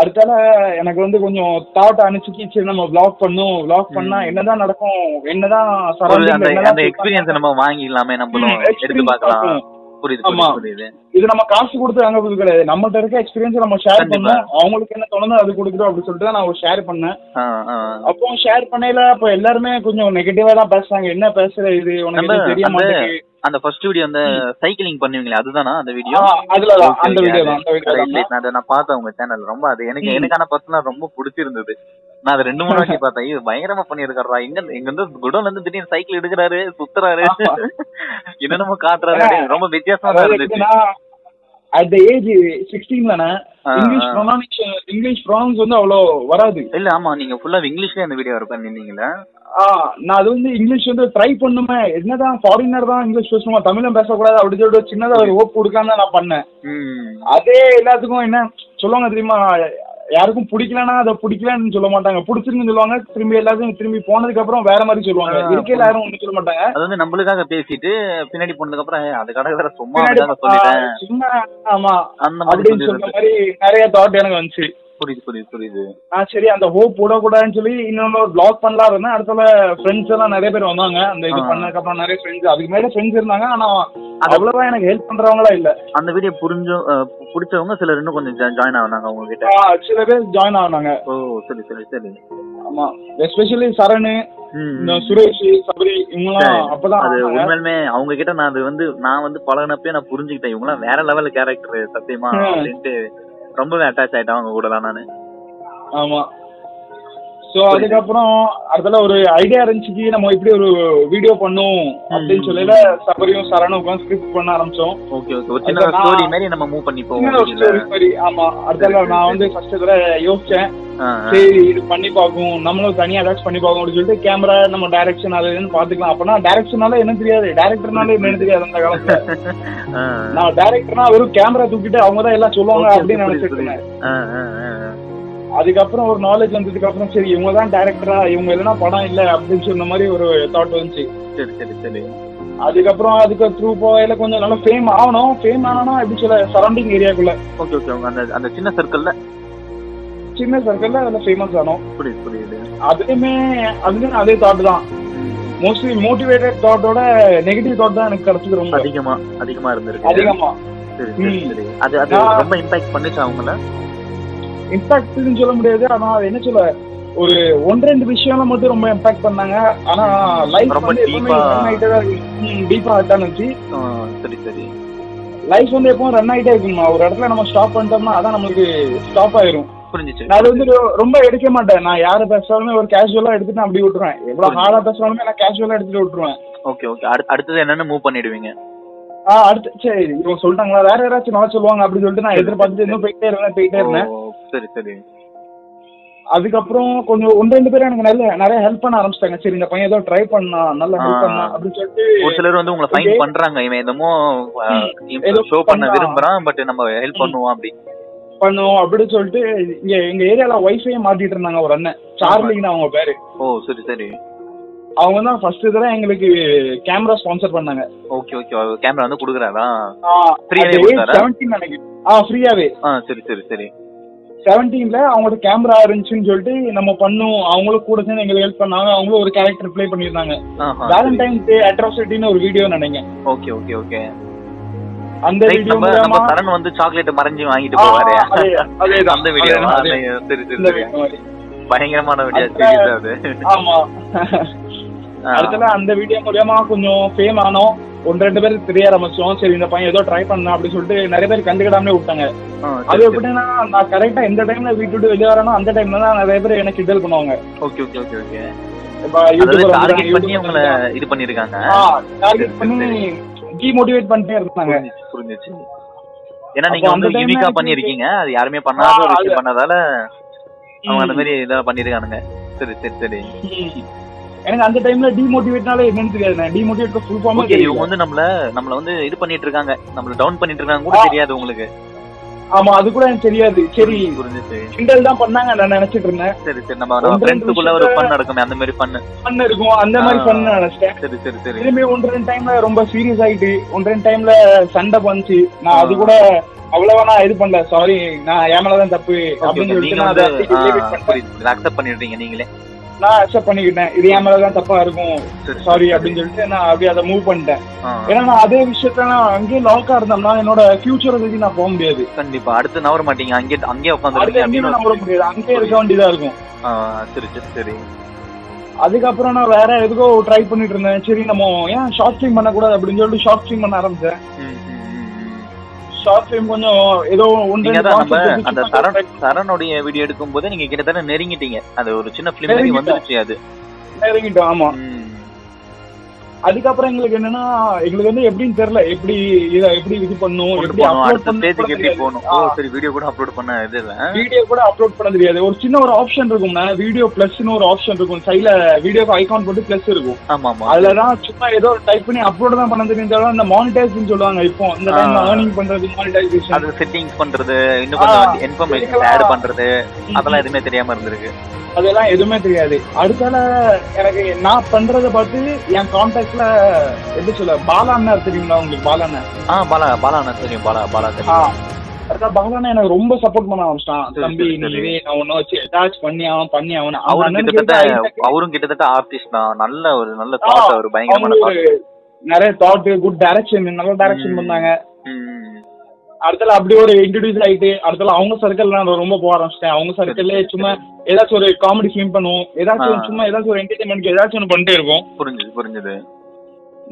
D: அடுத்தால எனக்கு வந்து கொஞ்சம் தாட் அனுப்பிச்சு சரி நம்ம vlog பண்ணும் vlog பண்ணா என்னதான் நடக்கும் என்னதான்
C: ஒரு
D: surrounding
C: அந்த
D: ல என்னதான்
C: அந்த எக்ஸ்பீரியன்ஸ் நம்ம வாங்கிடலாமே நம்மளும்
D: ம்,
C: எடுத்து
D: experience
C: பார்க்கலாம்
D: பார்ப்போம்.
C: புரியுது
D: ஆமா.
C: புரியுது, புரியுது
D: இது நம்ம காசு கொடுத்து வாங்க போது கிடையாது நம்மள்ட்ட இருக்க எக்ஸ்பீரியன்ஸ் நம்ம ஷேர்
C: கண்டிப்பா.
D: பண்ணோம் அவங்களுக்கு என்ன தோணுதோ அது கொடுக்குறோம் அப்படின்னு சொல்லிட்டு தான் நான் ஷேர் பண்ணேன்
C: ஆ, ஆ.
D: அப்போ ஷேர் பண்ணையில அப்போ எல்லாருமே கொஞ்சம் நெகட்டிவா தான் பேசுறாங்க என்ன பேசுற இது உனக்கு
C: நம்ம
D: எதுவும் தெரிய
C: அந்த
D: மாட்டேங்குது
C: அந்த ஃபர்ஸ்ட் வீடியோ அந்த சைக்கிளிங் பண்ணுவீங்களே அதுதானா அந்த வீடியோ
D: ஆ, அதுலதான் அந்த வீடியோ தான் அந்த வீடியோ தான்
C: நான் அத நான் பார்த்தேன் உங்க சேனல் ரொம்ப அது எனக்கு
D: ம்.
C: எனக்கான பர்சனல் ரொம்ப பிடிச்சிருந்தது நான் அது ரெண்டு மூணு
D: (laughs)
C: வாட்டி பார்த்தேன் இது பயங்கரமா பண்ணியிருக்காரா எங்க எங்க வந்து குடோன்ல இருந்து திடீர்னு சைக்கிள் எடுக்கிறாரு சுத்துறாரு
D: ஆமா.
C: என்னென்னமோ காட்டுறாரு அப்படின்னு ரொம்ப வித்தியாசமா
D: அதாவது
C: இருந்துச்சு
D: எப்படின்னா, at the age 16 -லண்ணே,
C: ஆ,
D: இங்கிலீஷ்
C: ஆ.
D: pronunciation- இங்கிலீஷ் pronounce வந்து அவ்வளோ வராது
C: இல்ல ஆமா நீங்க ஃபுல்லா இங்கிலீஷ்ல இந்த வீடியோ இருப்பேன் நின்னீங்களா
D: ஆ, நான் அது வந்து இங்கிலீஷ் வந்து ட்ரை பண்ணுமே என்னதான் ஃபாரினர் தான் இங்கிலீஷ் பேசணுமா தமிழும் பேசக்கூடாது அப்படின்னு சொல்லிட்டு ஒரு சின்னதா ஒரு ஓப்பு கொடுக்காம தான் நான் பண்ணேன்
C: ம்
D: அதே எல்லாத்துக்கும் என்ன சொல்லுவாங்க தெரியுமா யாருக்கும் பிடிக்கலன்னா அதை பிடிக்கலன்னு சொல்ல மாட்டாங்க பிடிச்சிருக்குன்னு சொல்லுவாங்க திரும்பி எல்லாத்தையும் திரும்பி போனதுக்கு அப்புறம் வேற மாதிரி சொல்லுவாங்க
C: ஆ,
D: இருக்கையில யாரும் ஒன்றும் சொல்ல மாட்டாங்க
C: அது வந்து நம்மளுக்காக பேசிட்டு பின்னாடி போனதுக்கு அப்புறம் "ஏய், அது கடை வேற சும்மா
D: பின்னாடி
C: அதுக்காக சொல்லிட்டேன்
D: பார்த்தா சும்மா ஆமா
C: அந்த மாதிரி
D: அப்படின்னு சொல்ற
C: சொல்லிடுறது
D: மாதிரி நிறைய தாட் எனக்கு வந்துச்சு
C: புரியுது புரியுது புரியுது
D: ஆ சரி அந்த ஹோப் விடக்கூடாதுன்னு சொல்லி இன்னொன்று ஒரு பிளாக் பண்ணலாம் இருந்தேன் அடுத்த ஃப்ரெண்ட்ஸ் எல்லாம் நிறைய பேர் வந்தாங்க அந்த இது
C: ஆ.
D: பண்ணதுக்கு அப்புறம் நிறைய ஃப்ரெண்ட்ஸ் அதுக்கு மேல ஃப்ரெண்ட்ஸ் இருந்தாங்க ஆனா
C: அது-
D: அவ்வளவா எனக்கு ஹெல்ப் பண்றவங்களா இல்ல
C: அந்த வீடியோ புரிஞ்சும் அஹ், பிடிச்சவங்க சிலர் இன்னும் கொஞ்சம் ஜாயின் ஆகுனாங்க உங்ககிட்ட
D: ஆ, சில பேர் ஜாயின் ஆனாங்க
C: ஓ சரி சரி சரி
D: ஆமா எஸ்பெஷலி சரணு
C: ம்,
D: இந்த
C: ம்.
D: சுரேஷ் சபரி இவங்கலாம்
C: சரி.
D: அப்பதான்
C: அது
D: ஆனாங்க.
C: உண்மையிலுமே அவங்க கிட்ட நான் அது வந்து நான் வந்து பழகினப்பே நான் புரிஞ்சுக்கிட்டேன் இவங்கலாம் வேற லெவல் கேரக்டர் சத்தியமா
D: ம்.
C: அப்படின்ட்டு ரொம்பவே அட்டாச் ஆயிட்டேன் அவங்க கூட தான் நானு
D: ஆமா சோ அதுக்கப்புறம் அதுல ஒரு ஐடியா இருந்துச்சு நம்ம இப்படி ஒரு வீடியோ பண்ணும் அப்படின்னு சொல்லல சபரியும் சரணும் ஸ்கிரிப்ட் பண்ண ஆரம்பிச்சோம்
C: ஓகே ஓகே ஒரு சின்ன
D: அது நான்-
C: ஸ்டோரி மாதிரி நம்ம மூவ் பண்ணி போவோம்
D: சின்ன ஒரு
C: இல்ல?
D: story மாதிரி. ஆமா அடுத்தால நான் வந்து ஃபர்ஸ்ட் தடவை யோசிச்சேன்
C: ஆ, ஆ.
D: சரி இது பண்ணி பார்க்கும் நம்மளும் தனியா ஏதாச்சும் பண்ணி பார்க்கும் அப்படின்னு சொல்லிட்டு கேமரா நம்ம டைரக்ஷன் அது இதுன்னு பாத்துக்கலாம் அப்பனா டைரக்ஷனால என்ன தெரியாது டைரக்டர்னால என்ன தெரியாது அந்த
C: (laughs)
D: காலத்துல
C: ஆ,
D: நான் டைரக்டர்னா வெறும் கேமரா தூக்கிட்டு அவங்க தான் எல்லாம் சொல்லுவாங்க
C: Okay,
D: அப்படின்னு
C: புரியுது, புரியுது.
D: நினைச்சிட்டு இருந்தேன்.
C: ஆ, ஆ, ஆ, ஆ.
D: அதுக்கப்புறம் ஒரு நாலேஜ் வந்ததுக்கு அப்புறம் சரி இவங்க தான் டைரக்டரா இவங்க இல்லைன்னா படம் இல்ல அப்படின்னு சொன்ன மாதிரி ஒரு தாட் வந்துச்சு
C: சரி சரி சரி
D: அதுக்கப்புறம் அதுக்கு த்ரூ போகையில கொஞ்சம் நல்லா ஃபேம் ஆகணும் ஃபேம் ஆனா எப்படி சொல்ல சரௌண்டிங் ஏரியாக்குள்ள
C: ஓகே ஓகே உங்க அந்த அந்த சின்ன சர்க்கிள்ல
D: சின்ன சர்க்கிள்ல அதில் ஃபேமஸ் ஆனோம்
C: புரியுது புரியுது
D: அதுலயுமே அதுலயும் அதே தாட் தான் மோஸ்ட்லி மோட்டிவேட்டட் தாட்டோட நெகட்டிவ் தாட் தான் எனக்கு கிடைச்சது ரொம்ப
C: அதிகமா அதிகமா இருந்திருக்கு
D: அதிகமா
C: சரி சரி
D: ம்.
C: சரி அது அது
D: நான்-
C: ரொம்ப இம்பாக்ட் பண்ணுச்சு அவங்கள
D: இம்பாக்ட்னு சொல்ல முடியாது ஆனா அது என்ன சொல்ல ஒரு ஒன்று ரெண்டு விஷயம்லாம் மட்டும் ரொம்ப இம்பாக்ட் பண்ணாங்க ஆனா லைஃப்
C: ரொம்ப
D: வந்து எப்பவுமே
C: deep-ஆ-
D: ரன் ஆகிட்டே தான் டீப்பா ஹர்ட் ஆனிச்சு
C: ஆ, சரி சரி
D: லைஃப் வந்து எப்பவும் ரன் ஆகிட்டே இருக்குமா ஒரு இடத்துல நம்ம ஸ்டாப் பண்ணிட்டோம்னா அதான் நம்மளுக்கு ஸ்டாப் ஆயிரும்
C: புரிஞ்சுச்சு
D: நான் அது வந்து ரொ- ரொம்ப எடுக்க மாட்டேன் நான் யாரு பேசினாலுமே ஒரு கேஷுவலா எடுத்துட்டு நான் அப்படி விட்டுருவேன் எவ்வளவு ஹார்டா பேசினாலுமே நான் கேஷுவலா எடுத்துட்டு விட்டுருவேன்
C: ஓகே ஓகே அடுத்தது என்னன்னு மூவ் பண்ணிடுவீங்க
D: ஆ அடுத்து சரி இவங்க சொல்லிட்டாங்களா வேற யாராச்சும் நல்லா சொல்லுவாங்க அப்படின்னு சொல்லிட்டு நான் எதிர்பார்த்துட்டு இன்னும் போயிட்டே இருந்தேன் போயிட்டே
C: ஓ,
D: இருந்தேன்
C: சரி சரி
D: அதுக்கப்புறம் கொஞ்சம் ஒன்று ரெண்டு பேரும் எனக்கு நல்ல நிறைய ஹெல்ப் பண்ண ஆரம்பிச்சிட்டாங்க சரி இந்த பையன் ஏதோ ட்ரை பண்ணா நல்லா ஹெல்ப்
C: ஆ.
D: பண்ணா அப்படின்னு சொல்லிட்டு
C: ஒரு சிலர் வந்து உங்களை ஃபைன்
D: Okay.
C: பண்றாங்க இவன் என்னமோ
D: ஏதோ
C: ஷோ பண்ண
D: பண்றான்.
C: விரும்புறான் பட் நம்ம ஹெல்ப்
D: ம்.
C: பண்ணுவோம் அப்படி
D: பண்ணுவோம் அப்படின்னு சொல்லிட்டு இங்க எங்க ஏரியால ஒய்ஃபையே மாத்திட்டு இருந்தாங்க ஒரு அண்ணன் சார்லின்னு அவங்க பேரு
C: ஓ சரி சரி
D: அவங்க தான் ஃபர்ஸ்ட் இதெல்லாம் எங்களுக்கு கேமரா ஸ்பான்சர் பண்ணாங்க
C: ஓகே ஓகே கேமரா வந்து குடுக்குறாரா Free-ஆவே கொடுத்தாரா?
D: செவன்டீன் நினைக்கிறேன் ஆ ஃப்ரீயாவே
C: ஆ சரி சரி சரி
D: செவன்டீன்ல அவங்களோட கேமரா இருந்துச்சுன்னு சொல்லிட்டு நம்ம பண்ணும் அவங்களும் கூட சேர்ந்து எங்களுக்கு ஹெல்ப் பண்ணாங்க அவங்களும் ஒரு கேரக்டர் ப்ளே பண்ணியிருந்தாங்க வேலண்டைன் டே அட்ராசிட்டின்னு ஒரு வீடியோ நினைங்க
C: ஓகே ஓகே ஓகே
D: அந்த வீடியோ
C: நம்ம நம்ம சரண் வந்து சாக்லேட் மறைஞ்சு வாங்கிட்டு போவாரு அந்த வீடியோ சரி சரி சரி பயங்கரமான வீடியோ
D: அந்த-
C: சீரியஸா அது
D: ஆமா
C: ஆ.
D: அடுத்தல அந்த வீடியோ மூலியமா கொஞ்சம் ஃபேம் ஆனோம் ஒன்று ரெண்டு பேர் தெரிய ஆரம்பிச்சோம் சரி இந்த பையன் ஏதோ ட்ரை பண்ணலாம் அப்படின்னு சொல்லிட்டு நிறைய பேர் கண்டுக்கிடாமலே விட்டாங்க
C: ஆ,
D: அது
C: சரி, சரி.
D: எப்படின்னா நான் கரெக்டா எந்த டைம்ல வீட்டு விட்டு வெளியே வரேனோ அந்த டைம்ல தான் நிறைய பேர் எனக்கு கிண்டல் பண்ணுவாங்க
C: ஓகே ஓகே ஓகே ஓகே
D: இப்ப
C: அதாவது
D: YouTuber
C: target
D: வந்தாங்க,
C: பண்ணி உங்களை இது பண்ணிருக்காங்க
D: ஆ, target பண்ணி டிமோட்டிவேட் பண்ணிட்டே இருந்தாங்க
C: புரிஞ்சுச்சு, புரிஞ்சுச்சு ஏன்னா நீங்க
D: அப்போ அந்த
C: வந்து
D: time
C: யூனிக்கா
D: எனக்கு-
C: பண்ணிருக்கீங்க அது யாருமே பண்ணாத ஒரு
D: ஆ,
C: விஷயம் பண்ணதால அவங்க அந்த
D: ம்.
C: மாதிரி இதெல்லாம் பண்ணிருக்கானுங்க சரி சரி சரி
D: ம். எனக்கு அந்த டைம்ல டிமோட்டிவேட்னால என்னன்னு தெரியாது டிமோட்டிவேட் ஃபுல் ஃபார்ம்
C: ஓகே இவங்க வந்து நம்மள நம்மள வந்து இது பண்ணிட்டு இருக்காங்க நம்மள டவுன் பண்ணிட்டு இருக்காங்க கூட
D: ஆ.
C: தெரியாது உங்களுக்கு
D: ஆமா அது கூட எனக்கு தெரியாது சரி
C: புரிஞ்சுச்சு
D: கிண்டல் தான் பண்ணாங்க நான் நினைச்சிட்டு இருந்தேன்
C: சரி சரி நம்ம நம்ம
D: ஒன்று, ரெண்டு
C: ஃப்ரெண்ட்ஸுக்குள்ள ஒரு
D: விஷயத்த-
C: ஃபன் நடக்குமே அந்த மாதிரி ஃபன்
D: பண்ண இருக்கும் அந்த மாதிரி
C: ஆ.
D: பண்ண நினைச்சேன்
C: சரி சரி சரி
D: திரும்பி ஒன்று ரெண்டு டைம்ல ரொம்ப சீரியஸ் ஆயிட்டு ஒன்று ரெண்டு டைம்ல சண்டை பண்ணுச்சு நான் அது கூட அவ்வளவா நான் இது பண்ணல சாரி நான் என் மேலதான் தப்பு
C: Okay,
D: அப்படின்னு
C: okay.
D: சொல்லிட்டு
C: நீங்க
D: நான்
C: வந்து
D: அதை demotivate பண்ணிட்டேன்.
C: அக்செப்ட் பண்ணிடுறீங்க நீங்களே
D: நான் அக்செப்ட் பண்ணிக்கிட்டேன் இது என் மேலதான் தப்பா இருக்கும்
C: சரி,
D: சாரி
C: சரி.
D: அப்படின்னு சொல்லிட்டு நான் அப்படியே அதை மூவ் பண்ணிட்டேன்
C: ஆ,
D: ஏன்னா நான் அதே விஷயத்துல நான் அங்கேயே லாக்கா இருந்தோம்னா என்னோட ஃபியூச்சரை பத்தி நான் போக முடியாது
C: கண்டிப்பா அடுத்து நவர மாட்டீங்க அங்கே அங்கேயே
D: அடுத்த எங்கேயுமே நம்ப
C: உட்காந்து
D: முடியாது அங்கேயே இருக்க வேண்டியதா இருக்கும்
C: சரி சரி சரி
D: அதுக்கப்புறம் நான் வேற எதுக்கோ ட்ரை பண்ணிட்டு இருந்தேன் சரி நம்ம ஏன் ஷார்ட் ஃபிலிம் பண்ணக்கூடாது அப்படின்னு சொல்லிட்டு ஷார்ட் ஃபிலிம் பண்ண ஆரம்பிச்சேன்
C: ம், ம், ம், ம்.
D: ஷார்ட் ஃபிலிம் கொஞ்சம் ஏதோ ஒன்று
C: நீங்க
D: ரெண்டு
C: அதான் நம்ம
D: concept வச்சு
C: அந்த
D: பண்ண
C: சரண்
D: try
C: சரணுடைய வீடியோ எடுக்கும் போது நீங்க கிட்டத்தட்ட நெருங்கிட்டீங்க அது ஒரு சின்ன பிலிம் மாதிரி
D: நெருங்கிட்டோம்.
C: வந்துருச்சு அது
D: பண்ணி இறங்கிட்டோம் ஆமா
C: ம்.
D: அதுக்கப்புறம் எங்களுக்கு என்னன்னா எங்களுக்கு வந்து எப்படின்னு தெரியல எப்படி இதை எப்படி இது பண்ணும்
C: கொண்டு
D: எப்படி
C: போகணும்
D: அப்லோட்
C: அடுத்த ஸ்டேஜுக்கு எப்படி
D: பண்ண
C: போகணும் ஓ சரி வீடியோ கூட அப்லோட் பண்ண இது இல்ல
D: வீடியோ கூட அப்லோட் பண்ண தெரியாது ஒரு சின்ன ஒரு ஆப்ஷன் இருக்கும்னா வீடியோ பிளஸ்னு ஒரு ஆப்ஷன் இருக்கும் சைட்ல வீடியோக்கு ஐகான் போட்டு பிளஸ் இருக்கும்
C: ஆமா ஆமா
D: அதுலதான் சும்மா ஏதோ டைப் பண்ணி அப்லோட் தான் பண்ண தெரியும் தவிர இந்த மானிட்டைஸ்னு சொல்லுவாங்க இப்போ இந்த டைம்ல
C: ஆ.
D: ஏர்னிங் பண்றது மானிட்டைசேஷன்
C: அது செட்டிங்ஸ் பண்றது இன்னும்
D: ஆ,
C: கொஞ்சம் இன்ஃபர்மேஷன் ஆட்
D: இதுக்கெல்லாம்
C: பண்றது அதெல்லாம் எதுவுமே தெரியாம இருந்திருக்கு
D: அதெல்லாம் எதுவுமே தெரியாது அடுத்தால எனக்கு நான் பண்றத பார்த்து என் கான்டாக்ட்ல எப்படி சொல்ல பாலா அண்ணா தெரியுங்களா உங்களுக்கு பாலா அண்ணா
C: ஆ பாலா பாலா அண்ணா தெரியும் பாலா பாலா
D: ஆ.
C: தெரியும்
D: அடுத்தா பாலா அண்ணா எனக்கு ரொம்ப சப்போர்ட் பண்ண ஆரம்பிச்சிட்டான்
C: சரி,
D: தம்பி
C: சரி,
D: நீ
C: சரி.
D: இதே நான் ஒன்னும் வச்சு ஏதாச்சும் பண்ணி அவன் பண்ணி அவன்
C: அவரும் கிட்டத்தட்ட அவரும் கிட்டத்தட்ட ஆர்டிஸ்ட் தான் நல்ல ஒரு நல்ல
D: ஆ,
C: தாட் ஒரு பயங்கரமான thought.
D: நிறைய தாட் குட் டைரக்ஷன் நல்ல டைரக்ஷன்
C: ம்.
D: பண்ணாங்க
C: ம்
D: அடுத்தால அப்படி ஒரு இன்ட்ரடியூஸ் ஆயிட்டு அடுத்தால அவங்க சர்க்கிள் நான் ரொம்ப போக ஆரம்பிச்சிட்டேன் அவங்க சர்க்கிள்ல
C: சரி, சரி.
D: சும்மா ஏதாச்சும் ஒரு காமெடி ஃபிலிம் பண்ணுவோம் ஏதாச்சும்
C: ஆ.
D: சும்மா ஏதாச்சும் ஒரு என்டர்டைன்மெண்ட் ஏதாச்சும் ஒன்று பண்ணிட்டே இருப்போம்
C: புரிஞ்சுது புரிஞ்சுது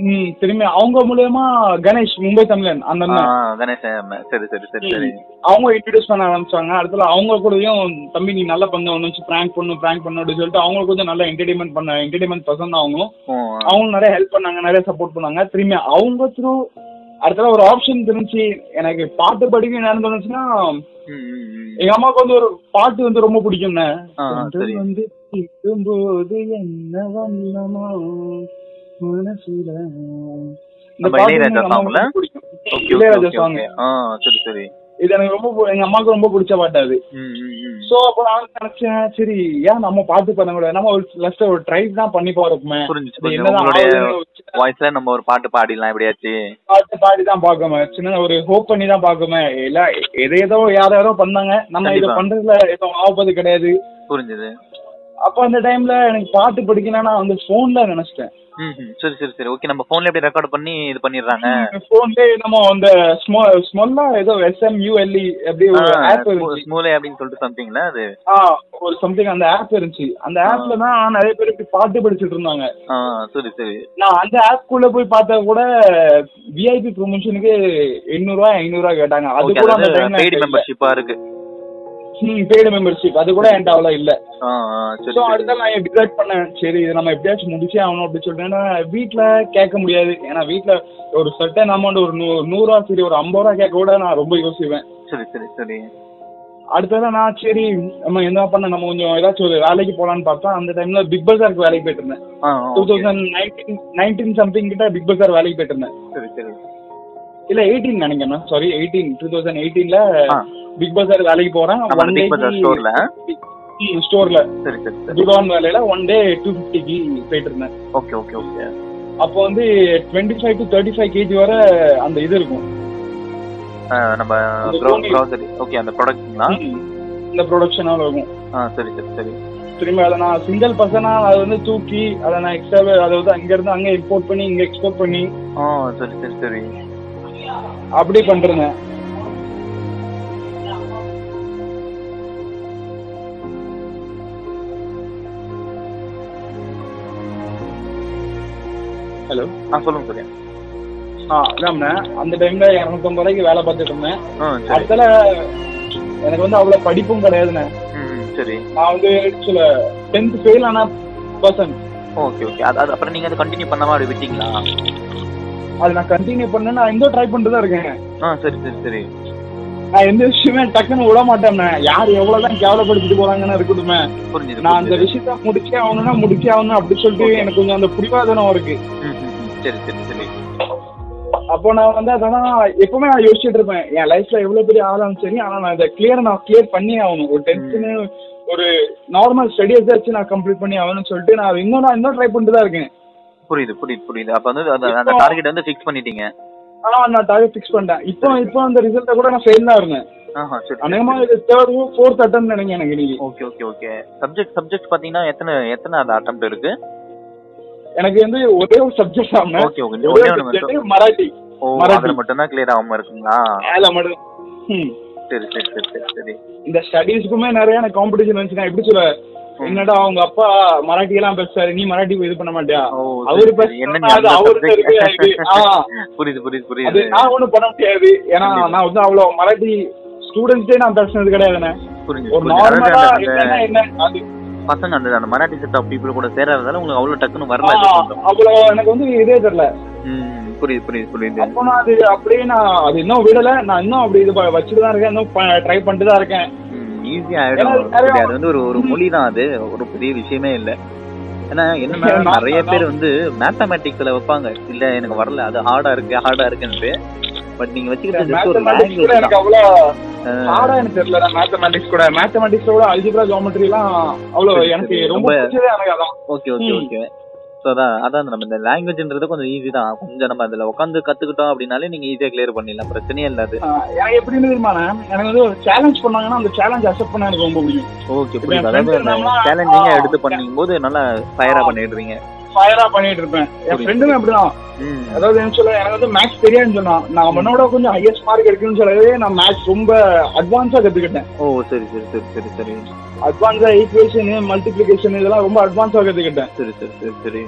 D: ம், திரும்பி அவங்க மூலியமா கணேஷ் மும்பை தமிழன் அந்த
C: ஆ,
D: அண்ணன்,
C: கணேஷ் அஹ், சரி சரி சரி சரி
D: அவங்க இன்ட்ரடியூஸ் பண்ண ஆரம்பிச்சாங்க அடுத்தால அவங்க கூடயும் தம்பி நீ நல்லா பண்ண ஒன்று வச்சு ப்ராங்க் பண்ணும் ப்ராங்க் பண்ணு அப்படின்னு சொல்லிட்டு அவங்க கொஞ்சம் நல்லா என்டர்டைன்மெண்ட் பண்ண என்டர்டைன்மெண்ட் பர்சன் தான் அவங்களும்
C: ஓ,
D: அவங்களும் நிறைய ஹெல்ப் பண்ணாங்க நிறைய சப்போர்ட் பண்ணாங்க திரும்பி அவங்க த்ரூ அடுத்தால ஒரு ஆப்ஷன் தெரிஞ்சு எனக்கு பாட்டு படிக்க என்ன இருந்துச்சுன்னா
C: ம், ம், ம்.
D: எங்க அம்மாவுக்கு வந்து ஒரு பாட்டு வந்து ரொம்ப பிடிக்கும்ண்ணே
C: ஆ, ஆ, சரி.
D: வந்து கேட்கும்போது என்ன வண்ணமோ மனசுல இந்த
C: நம்ம
D: பாட்டு
C: இளையராஜா song-ல?
D: எங்க அம்மாவுக்கு ரொம்ப பிடிக்கும்.
C: Okay, okay,
D: Ilaiyaraaja
C: okay,
D: song
C: okay. ஆ, சரி சரி
D: இது எனக்கு ரொம்ப பு- எங்க அம்மாவுக்கு ரொம்ப பிடிச்ச பாட்டு அது
C: ம், ம், ம்.
D: சோ அப்ப நான் நினைச்சேன் சரி ஏன் நம்ம பாட்டு பண்ண கூடாது நம்ம ஒரு லாஸ்ட் ஒரு ட்ரை தான் பண்ணி போறோமே
C: புரிஞ்சுச்சு
D: இது
C: புரிஞ்சுது.
D: என்னதான்
C: உங்களுடைய
D: ஆகுதுன்னு ஒரு சின்ன
C: வாய்ஸ்ல நம்ம ஒரு பாட்டு பாடிடலாம் எப்படியாச்சு
D: பாட்டு பாடி தான் பாக்குமே சின்ன ஒரு ஹோப் பண்ணி தான் பாக்குமே இல்ல எதை ஏதோ யார் யாரோ பண்ணாங்க நம்ம இதை
C: கண்டிப்பா.
D: பண்றதுல எதுவும் ஆபத்து கிடையாது
C: புரிஞ்சுது
D: அப்ப அந்த டைம்ல எனக்கு பாட்டு படிக்கணும்னா நான் வந்து போன்ல நினைச்சிட்டேன்
C: ம், ம். சரி சரி சரி ஓகே நம்ம போன்ல எப்படி ரெக்கார்ட் பண்ணி இது பண்ணிடுறாங்க
D: போன்ல நம்ம அந்த ஸ்மொல்லா ஏதோ எஸ்எம்யூஎல்இ E அப்படி ஒரு ஆப் இருந்துச்சு
C: ஸ்மூலே அப்படின்னு சொல்லிட்டு சம்திங்ல அது
D: ஆ, ஒரு சம்திங் அந்த ஆப் இருந்துச்சு அந்த ஆப்ல தான் நிறைய பேர் இப்படி பாட்டு படிச்சிட்டு இருந்தாங்க
C: ஆ, சரி சரி
D: நான் அந்த ஆப்க்குள்ள போய் பார்த்தா கூட விஐபி ப்ரொமோஷனுக்கு எண்ணூறு ரூபாய் ஐநூறு ரூபாய் கேட்டாங்க அது
C: ஓகே
D: கூட அந்த
C: அதாவது பெய்டு
D: டைம்ல
C: மெம்பர்ஷிப்பா இருக்கு
D: பெய்டு மெம்பர்ஷிப் அது கூட என்கிட்ட அவ்வளோ இல்ல
C: ஆ, ஆ, சரி
D: ஸோ
C: சரி
D: அடுத்த நான் டிசைட் பண்ணேன் சரி இது நம்ம எப்படியாச்சும் முடிச்சே ஆகணும் அப்படின்னு சொல்லிட்டு ஏன்னா வீட்ல கேட்க முடியாது ஏன்னா வீட்ல ஒரு சர்டன் அமௌண்ட் ஒரு நூ- நூறுரூவா சரி ஒரு ஐம்பது ரூபா கேட்க கூட நான் ரொம்ப யோசிப்பேன்
C: சரி சரி சரி
D: அடுத்ததான் நான் சரி நம்ம என்ன பண்ண நம்ம கொஞ்சம் ஏதாச்சும் ஒரு வேலைக்கு போலான்னு பார்த்தா அந்த டைம்ல பிக் பஜாருக்கு வேலைக்கு போயிட்டு இருந்தேன்
C: ஆ, ஆ,
D: two
C: okay.
D: Thousand nineteen nineteen something கிட்ட பிக் பஜார் வேலைக்கு போயிட்டு இருந்தேன்
C: சரி சரி
D: இல்ல எயிட்டீன் நினைக்கிறேன் சாரி எயிட்டீன் டூ தௌசண்ட் எயிட்டீன்ல
C: ஆ.
D: பிக் பஜார் வேலைக்கு போறேன்
C: நம்ம
D: ஒன்
C: பிக் பஜார் ஸ்டோர்ல
D: டே ஸ்டோர்ல
C: சரி சரி சரி
D: குடோன் வேலையில ஒன் டே டூ ஃபிஃப்டிக்கு போயிட்டு இருந்தேன்
C: ஓகே ஓகே ஓகே
D: அப்போ வந்து twenty five to thirty five KG வர அந்த இது இருக்கும்
C: நம்ம
D: இந்த Sony-
C: க்ரோசரி ஓகே அந்த ப்ராடக்ட்ங்களா
D: இந்த ப்ரொடக்ஷனால இருக்கும்
C: ஆ சரி சரி சரி
D: திரும்ப அதை நான் சிங்கிள் பர்சனா அதை வந்து தூக்கி அதை நான் எக்ஸ்ட்ராவே அதை வந்து அங்க இருந்து அங்க இம்போர்ட் பண்ணி இங்க எக்ஸ்போர்ட் பண்ணி
C: ஆ சரி சரி சரி
D: அப்படி பண்றேன் ஹலோ
C: ஆ சொல்லுங்க சரி
D: நான் இல்லாமல் அந்த டைம்ல இரநூத்தம்பது ரூபாய்க்கு வேலை பார்த்துட்டு இருந்தேன்
C: ஆ சரி
D: அதில் எனக்கு வந்து அவ்வளோ படிப்பும் கிடையாதுண்ணே
C: ம் சரி
D: நான் வந்து சில டென்த் ஃபெயில் ஆன பர்சன்
C: ஓகே ஓகே அது அது அப்புறம் நீங்க அதை கண்டினியூ பண்ணாம அப்படி விட்டீங்களா
D: அது நான் கண்டினியூ பண்ண நான் இன்னும் ட்ரை பண்ணிட்டு தான் இருக்கேன்
C: ஆ சரி சரி சரி
D: நான் எந்த விஷயமே டக்குன்னு விட மாட்டேன் யார் எவ்வளவுதான் கேவலப்படுத்திட்டு போறாங்கன்னு இருக்கட்டுமே
C: புரிஞ்சுது
D: நான் அந்த
C: புரிஞ்சுது.
D: விஷயத்த முடிச்சே ஆகணும்னா முடிச்சே ஆகணும் அப்படின்னு சொல்லிட்டு
C: Okay.
D: எனக்கு கொஞ்சம் அந்த புரிவாதனம் இருக்கு
C: ம், ம், ம். சரி சரி சரி
D: அப்போ நான் வந்து அதெல்லாம் எப்பவுமே நான் யோசிச்சுட்டு இருப்பேன் என் லைஃப்ல எவ்வளவு பெரிய ஆளாலும் சரி ஆனா நான் இதை கிளியர் நான் கிளியர் பண்ணி ஆகணும் ஒரு டென்த்னு ஒரு நார்மல் ஸ்டடிஸ் வச்சு நான் கம்ப்ளீட் பண்ணி ஆகணும்னு சொல்லிட்டு நான் இன்னும் நான் இன்னும் ட்ரை பண்ணிட்டு தான் இருக்கேன்
C: புரியுது புரியுது புரியுது அப்ப வந்து அந்த- அந்த
D: இப்போ-
C: டார்கெட் வந்து ஃபிக்ஸ் பண்ணிட்டீங்க
D: ஆனா நான் டார்கெட் ஃபிக்ஸ் பண்ணிட்டேன் இப்போ இப்போ அந்த ரிசல்ட்டை கூட நான் ஃபெயில் தான் இருந்தேன்
C: ஆஹா சரி,
D: அநேகமா
C: சரி
D: இது தேர்ட் ஃபோர்த் அட்டம் நினைங்க எனக்கு இன்னைக்கு
C: okay okay okay subject subject பாத்தீங்கன்னா எத்தனை எத்தனை அந்த அட்டம்ப்ட் இருக்கு
D: எனக்கு வந்து ஒரே ஒரு சப்ஜெக்ட் ஆமே
C: ஓகே ஓகே ஒரே
D: ஒரே ஒரு
C: ஒன்று மட்டும்
D: சப்ஜெக்ட் மராட்டி
C: ஓ
D: மராட்டி.
C: அதுல மட்டும் தான் கிளியர் ஆகாம இருக்குங்களா
D: அதுல மட்டும் ஹம்.
C: சரி சரி சரி சரி சரி
D: இந்த ஸ்டடீஸ்க்குமே நிறைய எனக்கு காம்படிஷன் வந்துச்சு நான் எப்படி சொல்ல என்னடா அவங்க அப்பா மராட்டி எல்லாம் பேசுறாரு நீ மராட்டி இது பண்ண மாட்டியா
C: ஓ,
D: அவரு
C: சரி, சரி. என்ன
D: பேசுனா
C: நீ
D: அது
C: அந்த
D: அவருக்கு இருக்கு
C: subject?
D: இது. ஆ,
C: புரியுது புரியுது
D: அது
C: புரியுது
D: நான் ஒண்ணும் பண்ண முடியாது ஏன்னா
C: கண்டிப்பா.
D: நான் வந்து அவ்வளவு மராட்டி ஸ்டூடெண்ட்ஸே நான் பேசுனது கிடையாதுண்ணே
C: புரியுது
D: ஒரு
C: புரியுது அதாவது
D: நார்மலா
C: அந்த- அந்த
D: என்னன்னா என்ன அது
C: பசங்க அந்த அந்த மராட்டி செட் ஆஃப் பீப்புள் கூட சேராததால உங்களுக்கு அவ்வளவு டக்குன்னு வரல
D: ஆ, அவ்வளவு எனக்கு வந்து இதே தெரியல
C: ம், புரியுது புரியுது புரியுது
D: அப்போ நான் அது அப்படியே நான் அது இன்னும் விடல நான் இன்னும் அப்படி இது ப- வச்சுட்டு தான் இருக்கேன் இன்னும் ட்ரை பண்ணிட்டு தான் இருக்கேன்
C: ஈஸியா
D: ஏன்னா அது
C: ஆயிடும்
D: நிறைய-
C: அது வந்து ஒரு ஒரு மொழி தான் அது ஒரு பெரிய விஷயமே இல்ல ஏன்னா என்னன்னா
D: நான்
C: நிறைய
D: நான்
C: பேர் வந்து மேத்தமேட்டிக்ஸ்ல வைப்பாங்க இல்ல எனக்கு வரல அது ஹார்டா இருக்கு ஹார்டா இருக்குன்னு பட் நீங்க வச்சுக்கிட்டு just ஒரு
D: மேத்தமேட்டிக்ஸ் கூட
C: லாங்குவேஜ்
D: எனக்கு அவ்வளோ ஹார்டா எனக்கு தெரியல மேத்தமேட்டிக்ஸ் கூட மேத்தமேட்டிக்ஸ் கூட அல்ஜிப்ரா ஜியோமெட்ரி எல்லாம் அவ்வளவு
C: சரி,
D: எனக்கு
C: சரி.
D: ரொம்ப
C: ரொம்ப-
D: பிடிச்சதே எனக்கு அதான்
C: ஓகே ஓகே
D: ம்.
C: ஓகே ஸோ அதான் அதான் நம்ம இந்த லாங்குவேஜ்ன்றது கொஞ்சம் ஈஸி தான் கொஞ்சம் நம்ம அதில் உட்காந்து கத்துக்கிட்டோம் அப்படின்னாலே நீங்க ஈஸியா கிளியர் பண்ணிடலாம் பிரச்சனையே இல்லாது
D: ஆஹ் எனக்கு எப்படின்னு தெரியுமா எனக்கு வந்து ஒரு சேலஞ்ச் பண்ணாங்கன்னா அந்த சேலஞ்ச் அக்செப்ட் பண்ண எனக்கு ரொம்ப பிடிக்கும்
C: ஓகே
D: இப்ப
C: புரியுது
D: என்
C: அதாவது
D: friends எல்லாம்
C: சேலஞ்சிங்கா
D: ஆ,
C: எடுத்து பண்ணும் போது நல்லா ஃபயரா பண்ணிடுறீங்க
D: ஃபயரா பண்ணிட்டு இருப்பேன் என்
C: புரியுது.
D: ஃப்ரெண்டுமே அப்படிதான்
C: ம்
D: அதாவது என்ன சொல்ல எனக்கு வந்து மேக்ஸ் தெரியாதுன்னு சொன்னான் நான் உன்னோட கொஞ்சம் ஹையஸ்ட் மார்க் எடுக்கணும்னு சொல்லவே நான் மேக்ஸ் ரொம்ப அட்வான்ஸா கத்துக்கிட்டேன்
C: ஓ சரி சரி சரி சரி சரி
D: அட்வான்ஸா ஈக்குவேஷன் மல்டிபிளிகேஷன் இதெல்லாம் ரொம்ப அட்வான்ஸா கத்துக்கிட்டேன்
C: சரி சரி சரி சரி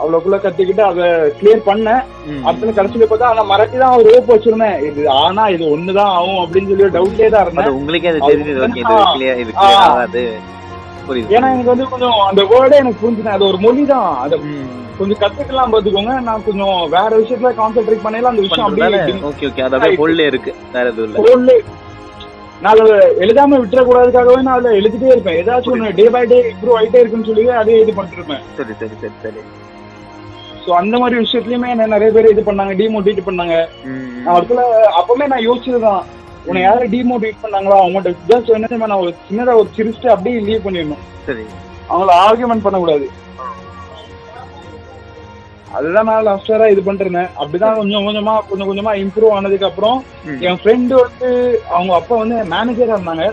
D: அவ்வளவுக்குள்ள கத்துக்கிட்டு அதை கிளியர் பண்ணேன்
C: ம்.
D: அப்படின்னு கடைசியில பார்த்தா ஆனா மறட்டி தான் ஒரு ரோப் வச்சிருந்தேன் இது ஆனா இது ஒண்ணுதான் ஆகும் அப்படின்னு சொல்லி டவுட்லயே தான்
C: அது
D: இருந்தேன்
C: உங்களுக்கே அது
D: அது
C: தெரிஞ்சது ஓகே இது
D: ஆ.
C: clear- இது
D: ஆ.
C: clear ஆகாது புரியுது
D: ஏன்னா எனக்கு வந்து கொஞ்சம் அந்த வேர்டே எனக்கு புரிஞ்சுது அது ஒரு மொழி தான் அதை
C: ம்.
D: கொஞ்சம் கத்துக்கலாம் பாத்துக்கோங்க நான் கொஞ்சம் வேற விஷயத்துல கான்சென்ட்ரேட் பண்ணல அந்த விஷயம்
C: பண்றதால
D: அப்படியே
C: ஓகே ஓகே அது அப்படியே
D: ஆயிடுச்சு.
C: ஹோல்லே இருக்கு வேற எதுவும் இல்ல
D: ஃபோன்ல நான் அதை எழுதாம விட்டுறக்கூடாதுக்காகவே நான் அதை எழுதிட்டே இருப்பேன் ஏதாச்சும் ஒன்று டே பை டே இம்ப்ரூவ் ஆயிட்டே இருக்குன்னு சொல்லி அதே இது பண்ணிருப்பேன்
C: சரி சரி சரி சரி
D: ஸோ அந்த மாதிரி விஷயத்துலயுமே என்ன நிறைய பேர் இது பண்ணாங்க டிமோட்டிவேட் பண்ணாங்க
C: ம்.
D: நான் அதுக்குள்ள அப்பவுமே நான் யோசிச்சதுதான் உன்னை யாரும் டிமோட்டிவேட் பண்ணாங்களோ அவங்கள்ட்ட ஜஸ்ட் என்ன நான் ஒரு சின்னதா ஒரு சிரிச்சுட்டு அப்படியே லீவ் பண்ணிடணும்
C: சரி
D: அவங்கள ஆர்கியூமெண்ட் பண்ணக்கூடாது அதுதான் நான் லாஸ்டரா இது பண்ணிருந்தேன் அப்படிதான் கொஞ்சம் கொஞ்சமா கொஞ்சம் கொஞ்சமா இம்ப்ரூவ் ஆனதுக்கு அப்புறம்
C: ம்.
D: என் ஃப்ரெண்டு வந்து அவங்க அப்பா வந்து மேனேஜரா இருந்தாங்க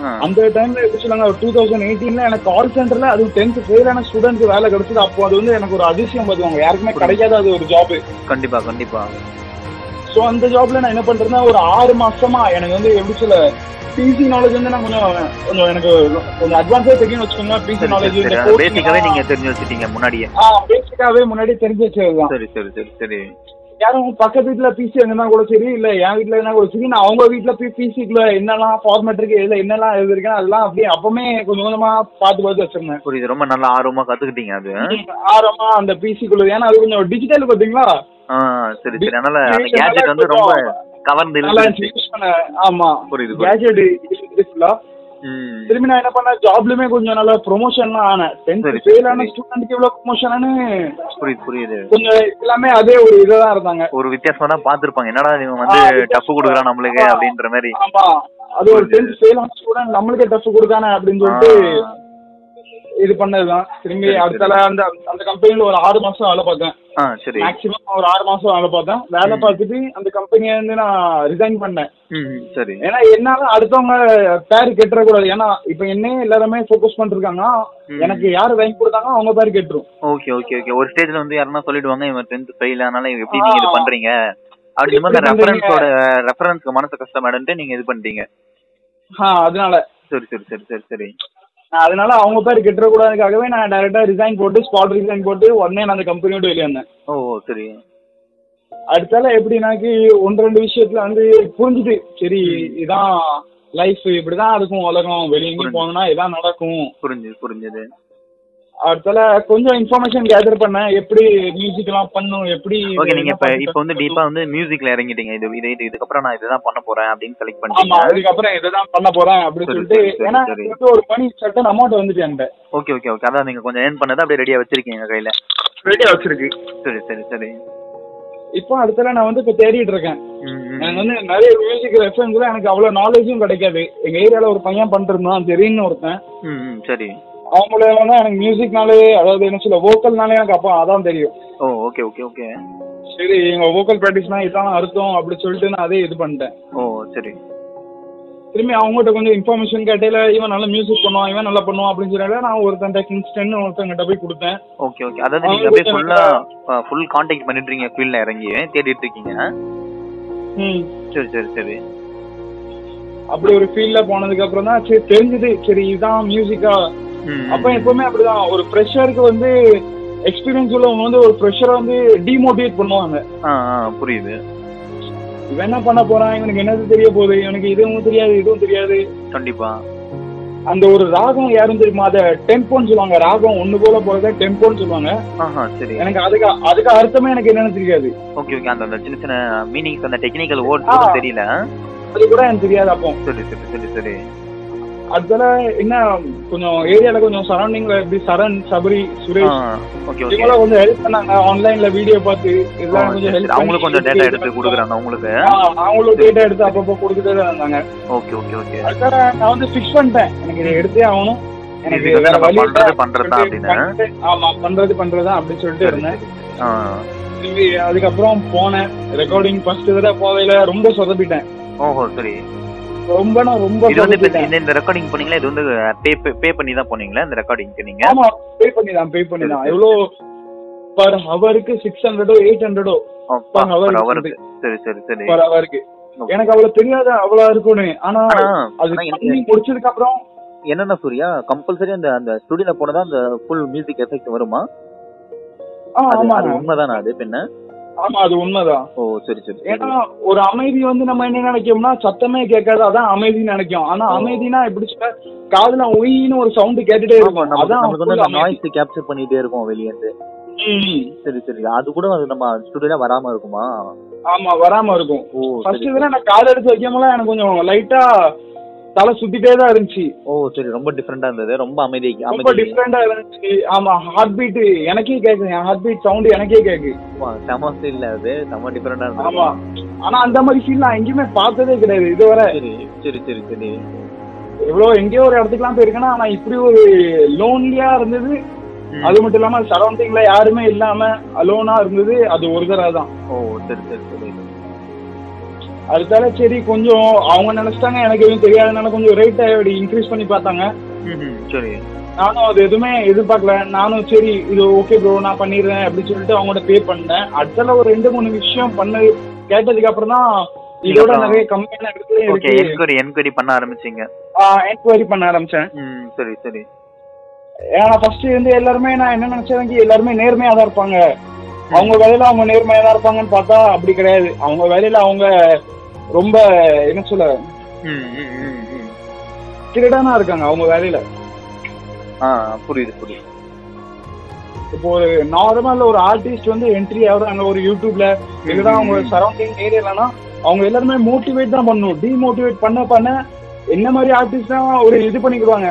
C: ஆ.
D: அந்த டைம்ல எப்படி சொன்னாங்க டூ தௌசண்ட் எயிட்டீன்ல எனக்கு கால் சென்டர்ல அது டென்த் ஃபெயிலான ஸ்டூடெண்ட்ஸ் வேலை கிடைச்சது அப்போ அது வந்து எனக்கு ஒரு அதிசயம் பார்த்துவாங்க யாருக்குமே கிடைக்காத அது ஒரு ஜாப்
C: கண்டிப்பா கண்டிப்பா
D: ஸோ அந்த ஜாப்ல நான் என்ன பண்றேன்னா ஒரு ஆறு மாசமா எனக்கு வந்து எப்படி சொல்ல பிசி நாலேஜ் வந்து நான் கொஞ்சம் கொஞ்சம் எனக்கு கொஞ்சம் அட்வான்ஸா தெரியும் வச்சுக்கோங்க பிசி
C: சரி
D: நாலேஜ்
C: சரி சரி அந்த பேசிக்காவே நீங்க தெரிஞ்சு வச்சுட்டீங்க முன்னாடியே
D: பேசிக்காவே முன்னாடி தெரிஞ்சு வச்சதுதான்
C: சரி சரி சரி சரி
D: யாரும் பக்கத்து வீட்டுல பிசி இருந்தா கூட சரி இல்ல என் வீட்டுல இருந்தா கூட சரி நான் அவங்க வீட்டுல போய் பிசிக்குள்ள என்னெல்லாம் ஃபார்மேட் இருக்கு இதுல என்னெல்லாம் எழுதிருக்கேன் அதெல்லாம் அப்படியே அப்பவுமே கொஞ்சம் கொஞ்சமா பார்த்து பார்த்து வச்சிருந்தேன்
C: புரியுது ரொம்ப நல்லா ஆர்வமா கத்துக்கிட்டீங்க அது
D: ஆரமா அந்த பிசிக்குள்ள ஏன்னா அது கொஞ்சம் டிஜிட்டல் பாத்தீங்களா
C: ஆ சரி சரி அதனால அந்த கேஜெட் வந்து ரொம்ப கவர்ந்து
D: நல்லா
C: இழுத்துருச்சு
D: யூஸ் பண்ண ஆமா
C: புரியுது புரியுது
D: கேஜெட் ஃபுல்லா
C: ம்.
D: திரும்பி நான் என்ன பண்ணேன் ஜாப்லயுமே கொஞ்சம் நல்ல ப்ரொமோஷன்லாம் ஆனேன்
C: சரி,
D: டென்த்
C: சரி,
D: ஃபெயில் ஆன
C: சரி.
D: ஸ்டூடெண்ட்க்கு எவ்வளவு ப்ரொமோஷன் ஆனு
C: புரியுது புரியுது
D: கொஞ்சம் எல்லாமே அதே ஒரு இதான் இருந்தாங்க
C: ஒரு வித்தியாசமா தான் பாத்திருப்பாங்க என்னடா இவன் வந்து
D: ஆ, வித்தியாசமா.
C: டப்பு கொடுக்குறான் நம்மளுக்கு
D: ஆ.
C: அப்படின்ற மாதிரி
D: ஆமா அது ஒரு
C: புரியுது.
D: டென்த் ஃபெயில் ஆன ஸ்டூடெண்ட் நம்மளுக்கே டஃப் கொடுக்கானே அப்படின்னு சொல்லிட்டு
C: ஆ.
D: இது பண்ணதுதான் திரும்பி
C: சரி, சரி.
D: அடுத்தால அந்த அந்த கம்பெனில ஒரு ஆறு மாசம் வேலை பார்த்தேன்
C: ஆ சரி
D: மேக்ஸிமம் ஒரு ஆறு மாசம் வேலை பார்த்தேன் வேலை
C: ம்.
D: பார்த்துட்டு அந்த கம்பெனில இருந்து நான் ரிசைன் பண்ணேன்
C: ம் ம், சரி
D: ஏன்னா என்னால அடுத்தவங்க பேர் கெட்டுறக்கூடாது ஏன்னா இப்ப என்னையே எல்லாருமே ஃபோக்கஸ் பண்ணிருக்காங்க
C: ம்.
D: எனக்கு யாரு வாங்கி கொடுத்தாங்க அவங்க பேர் கெட்டுரும்
C: ஓகே ஓகே ஓகே ஒரு ஸ்டேஜ்ல வந்து யாருன்னா சொல்லிடுவாங்க இவன் டென்த் ஃபெயில் ஆனால இவன் எப்படி
D: ஆ.
C: நீங்க இது பண்றீங்க அப்படின்ற மாதிரி
D: இப்படி பண்றீங்க.
C: ரெஃபரன்ஸோட ரெஃபரன்ஸ்க்கு மனசு கஷ்டம் மேடம்ட்டு நீங்க இது பண்ணிட்டீங்க
D: ஆ அதனால
C: சரி சரி சரி சரி சரி
D: நான் அதனால அவங்க பேர் கெட்டுறக்கூடாதுக்காகவே நான் டைரக்டா ரிசைன் போட்டு ஸ்பாட் ரிசைன் போட்டு உடனே நான் அந்த கம்பெனியோட வெளியே வந்தேன்
C: ஓ ஓ, சரி
D: அடுத்தால எப்படின்னாக்கி ஒன்று ரெண்டு விஷயத்துல வந்து புரிஞ்சுது சரி இதான் லைஃப் இப்படிதான் இருக்கும் உலகம் வெளியே எங்கேயும் போனோம்னா இதான் நடக்கும்
C: புரிஞ்சுது புரிஞ்சுது
D: அடுத்தால கொஞ்சம் இன்ஃபர்மேஷன் கேதர் பண்ணேன் எப்படி மியூசிக் எல்லாம் பண்ணும் எப்படி
C: ஓகே நீங்க இப்ப
D: இதெல்லாம்
C: இப்ப வந்து டீப்பா வந்து மியூசிக்ல இறங்கிட்டீங்க இது இது இது- இதுக்கப்புறம் நான் இதுதான் பண்ண போறேன் அப்படின்னு செலக்ட்
D: ஆமா
C: பண்ணிட்டீங்க
D: அதுக்கப்புறம் இதுதான் பண்ண போறேன் அப்படின்னு
C: சரி,
D: சொல்லிட்டு
C: சரி, சரி,
D: ஏன்னா
C: சரி.
D: எனக்கு ஒரு மணி சட்டன் அமௌண்ட் வந்துட்டு என்கிட்ட
C: ஓகே ஓகே ஓகே அதான் நீங்க கொஞ்சம் ஏர்ன் பண்ணதை அப்படியே ரெடியா வச்சிருக்கீங்க கையில
D: ரெடியா வச்சிருக்கு
C: சரி சரி சரி
D: இப்போ அடுத்தால நான் வந்து இப்ப தேடிட்டு இருக்கேன்
C: ம், ம்.
D: எனக்கு வந்து நிறைய மியூசிக் ரெஃபரன்ஸ்ல எனக்கு அவ்வளவு நாலேஜும் கிடைக்காது எங்க ஏரியால ஒரு பையன் பண்ணிருந்தான் தெரியும்னு ஒருத்தன்
C: ம், ம், சரி
D: அவன் மூலியமா தான் எனக்கு மியூசிக்னாலே அதாவது என்ன சொல்ல வோக்கல்னாலே எனக்கு அப்போ அதான் தெரியும்
C: ஓ ஓகே ஓகே ஓகே
D: சரி எங்க வோக்கல் ப்ராக்டிஸ்னா இதான் அர்த்தம் அப்படின்னு சொல்லிட்டு நான் அதே இது பண்ணிட்டேன்
C: ஓ சரி
D: திரும்பி அவங்ககிட்ட கொஞ்சம் இன்ஃபர்மேஷன் கேட்டையில இவன் நல்லா மியூசிக் பண்ணுவான் இவன் நல்லா பண்ணுவான் அப்படின்னு சொல்லி நான் ஒருத்தன் கிங்ஸ்டன் ஒருத்தங்கிட்ட போய் கொடுத்தேன்
C: ஓகே ஓகே அதாவது நீங்க
D: அவங்களுக்கு
C: அப்படியே ஃபுல்லா
D: எனக்கு-
C: ஃபுல் காண்டாக்ட் பண்ணிட்டு இருக்கீங்க ஃபீல்ட்ல இறங்கி தேடிட்டு இருக்கீங்க
D: ம்.
C: சரி சரி சரி
D: அப்படி ஒரு ஃபீல்ட்ல போனதுக்கு அப்புறம் தான் சரி தெரிஞ்சது சரி இதுதான் மியூசிக்கா
C: ம், ம்,
D: அப்ப எப்பவுமே அப்படிதான் ஒரு ஃப்ரெஷருக்கு வந்து எக்ஸ்பீரியன்ஸ் உள்ளவங்க வந்து ஒரு ஃப்ரெஷரை வந்து டிமோட்டிவேட் பண்ணுவாங்க
C: ஆ ஆ, புரியுது
D: இவன் என்ன பண்ண போறான் இவனுக்கு என்னது தெரிய போகுது இவனுக்கு இதுவும் தெரியாது இதுவும் தெரியாது
C: கண்டிப்பா
D: அந்த ஒரு ராகம் யாரும் தெரியுமா அதை டெம்போன்னு சொல்லுவாங்க ராகம் ஒண்ணு போல போறத டெம்போன்னு சொல்லுவாங்க
C: ஆஹா சரி
D: எனக்கு அதுக்கு அதுக்கு அர்த்தமே எனக்கு என்னன்னு தெரியாது
C: ஓகே ஓகே அந்த அந்த சின்ன சின்ன மீனிங்ஸ் அந்த டெக்னிக்கல் வேர்ட்ஸ்
D: ஆ.
C: தெரியல
D: அது கூட எனக்கு தெரியாது அப்போ
C: சரி சரி சரி சரி
D: அதுல என்ன கொஞ்சம் ஏரியால கொஞ்சம் சரௌண்டிங்ல எப்படி சரண் சபரி
C: ஆ,
D: சுரேஷ்
C: ஓகே ஓகே
D: இவங்கள கொஞ்சம் ஹெல்ப் பண்ணாங்க ஆன்லைன்ல வீடியோ பார்த்து
C: ஆ,
D: இதெல்லாம்
C: சரி,
D: கொஞ்சம்
C: சரி.
D: ஹெல்ப்
C: அவங்களும் கொஞ்சம் டேட்டா எடுத்து கொடுக்குறாங்க உங்களுக்கு
D: ஆ, அவங்களும் டேட்டா எடுத்து அப்பப்போ கொடுத்துட்டே தான் இருந்தாங்க
C: ஓகே ஓகே ஓகே
D: அதுக்காக நான் வந்து ஃபிக்ஸ் பண்ணிட்டேன் எனக்கு இதை எடுத்தே ஆகணும் எனக்கு
C: இதுக்கு
D: வேற
C: நம்ம
D: வழி
C: பண்றது
D: இல்ல.
C: பண்றதுதான் அப்படின்னு
D: ஆமா பண்றது பண்றதுதான் அப்படின்னு சொல்லிட்டு
C: சரி
D: இருந்தேன்
C: சரி ஆ
D: திரும்பி அதுக்கப்புறம் போனேன் ரெக்கார்டிங் ஃபர்ஸ்ட் தடவை போகையில ரொம்ப சொதப்பிட்டேன்
C: ஓஹோ சரி
D: ரொம்ப நான் ரொம்ப
C: இது வந்து இப்ப
D: சொதப்பிட்டேன்
C: இந்த- இந்த ரெக்கார்டிங் பண்ணீங்களா இது வந்து பே பே பண்ணி தான் போனீங்களா இந்த ரெக்கார்டிங்க்கு நீங்க
D: ஆமா பே பண்ணிதான் பே பண்ணிதான்
C: சரி, சரி.
D: எவ்வளோ பர் ஹவருக்கு சிக்ஸ் ஹண்ட்ரடோ எயிட் ஹண்ட்ரடோ
C: அப்பா,
D: per hour
C: per
D: க்கு
C: hourக்கு. சரி சரி சரி
D: பர் ஹவருக்கு
C: Okay.
D: எனக்கு அவ்வளவு தெரியாத அவ்வளவு இருக்கும்னு ஆனா
C: ஆனா
D: அது
C: ஆனா எனக்கு
D: பண்ணி முடிச்சதுக்கு அப்புறம்
C: என்னன்னா சூர்யா கம்பல்சரி அந்த அந்த ஸ்டுடியோல போனதா அந்த ஃபுல் மியூசிக் எஃபெக்ட் வருமா
D: ஆ,
C: அது
D: ஆமா
C: அது உண்மைதானா அது பின்ன
D: ஆமா அது உண்மைதான்
C: ஓ சரி சரி சரி.
D: ஏன்னா ஒரு அமைதி வந்து நம்ம என்ன நினைக்கோம்னா சத்தமே கேட்காது அதான் அமைதின்னு நினைக்கும் ஆனா அமைதினா எப்படி சொல்ல காதுல ஒயின்னு ஒரு சவுண்ட் கேட்டுட்டே
C: ஆமா,
D: இருக்கும்
C: நமக்கு
D: அதான்
C: நமக்கு வந்து அந்த
D: full அமைதி.
C: நாய்ஸ் கேப்சர் பண்ணிட்டே இருக்கும் வெளியே இருந்து
D: ம்.
C: சரி சரி அது கூட அது நம்ம ஸ்டுடியோல வராம இருக்குமா
D: ஆமா வராம இருக்கும்
C: ஓ
D: ஃபர்ஸ்ட்
C: சரி
D: இதெல்லாம் நான் கால் எடுத்து வைக்காமலாம் எனக்கு கொஞ்சம் லைட்டா தலை சுத்திட்டே தான் இருந்துச்சு
C: ஓ சரி ரொம்ப டிஃபரெண்டா இருந்தது ரொம்ப அமைதி
D: ரொம்ப
C: அமைதி
D: டிஃப்ரெண்டா இருந்துச்சு ஆமா ஹார்ட் பீட் எனக்கே கேக்கு என் ஹார்ட் பீட் சவுண்ட் எனக்கே கேக்கு
C: ஆமா, செம இல்ல அது செம டிஃபரெண்டா இருந்தது
D: ஆமா ஆனா அந்த மாதிரி ஃபீல் நான் எங்கேயுமே பார்த்ததே கிடையாது இதுவரை
C: சரி சரி சரி சரி
D: எவ்வளவு எங்கேயோ ஒரு இடத்துக்குலாம் போயிருக்கேன்னா ஆனா இப்படி ஒரு லோன்லியா இருந்தது
C: ம்.
D: அது மட்டும் இல்லாம சரௌண்டிங்ல யாருமே இல்லாம அலோனா இருந்தது அது ஒரு தடவை தான்
C: ஓ சரி சரி சரி
D: அடுத்தால சரி கொஞ்சம் அவங்க நினைச்சிட்டாங்க எனக்கு எதுவும் தெரியாதனால கொஞ்சம் ரேட் அப்படி இன்க்ரீஸ் பண்ணி பார்த்தாங்க
C: ம், ம், சரி
D: நானும் அது எதுவுமே எதிர்பார்க்கல நானும் சரி இது ஓகே ப்ரோ நான் பண்ணிடுறேன் அப்படின்னு சொல்லிட்டு அவங்கள்ட்ட பே பண்ணேன் அடுத்தால ஒரு ரெண்டு மூணு விஷயம் பண்ண கேட்டதுக்கு அப்புறம் தான் இதோட
C: அப்புறம்
D: நிறைய கம்மியான இடத்துல
C: ஓகே
D: இருக்கு
C: என்கொயரி என்கொயரி பண்ண ஆரம்பிச்சீங்க
D: என்கொயரி பண்ண ஆரம்பிச்சேன்
C: ம் சரி சரி
D: ஏன்னா ஃபர்ஸ்ட் வந்து எல்லாருமே நான் என்ன நினைச்சேன் எல்லாருமே நேர்மையா தான் இருப்பாங்க அவங்க வேலையில அவங்க நேர்மையா தான் இருப்பாங்கன்னு பார்த்தா அப்படி கிடையாது அவங்க வேலையில அவங்க ரொம்ப என்ன சொல்ல
C: ம் ம் ம் ம்
D: திருடனா இருக்காங்க அவங்க வேலையில
C: ஆ புரியுது புரியுது
D: இப்போ ஒரு நார்மல் ஒரு ஆர்டிஸ்ட் வந்து என்ட்ரி ஆகுறாங்க ஒரு யூடியூப்ல இதுதான் அவங்க சரௌண்டிங் ஏரியாலனா அவங்க எல்லாருமே மோட்டிவேட் தான் பண்ணணும் டிமோட்டிவேட் பண்ண பண்ண என்ன மாதிரி ஆர்டிஸ்ட் தான் ஒரு இது பண்ணிக்கிடுவாங்க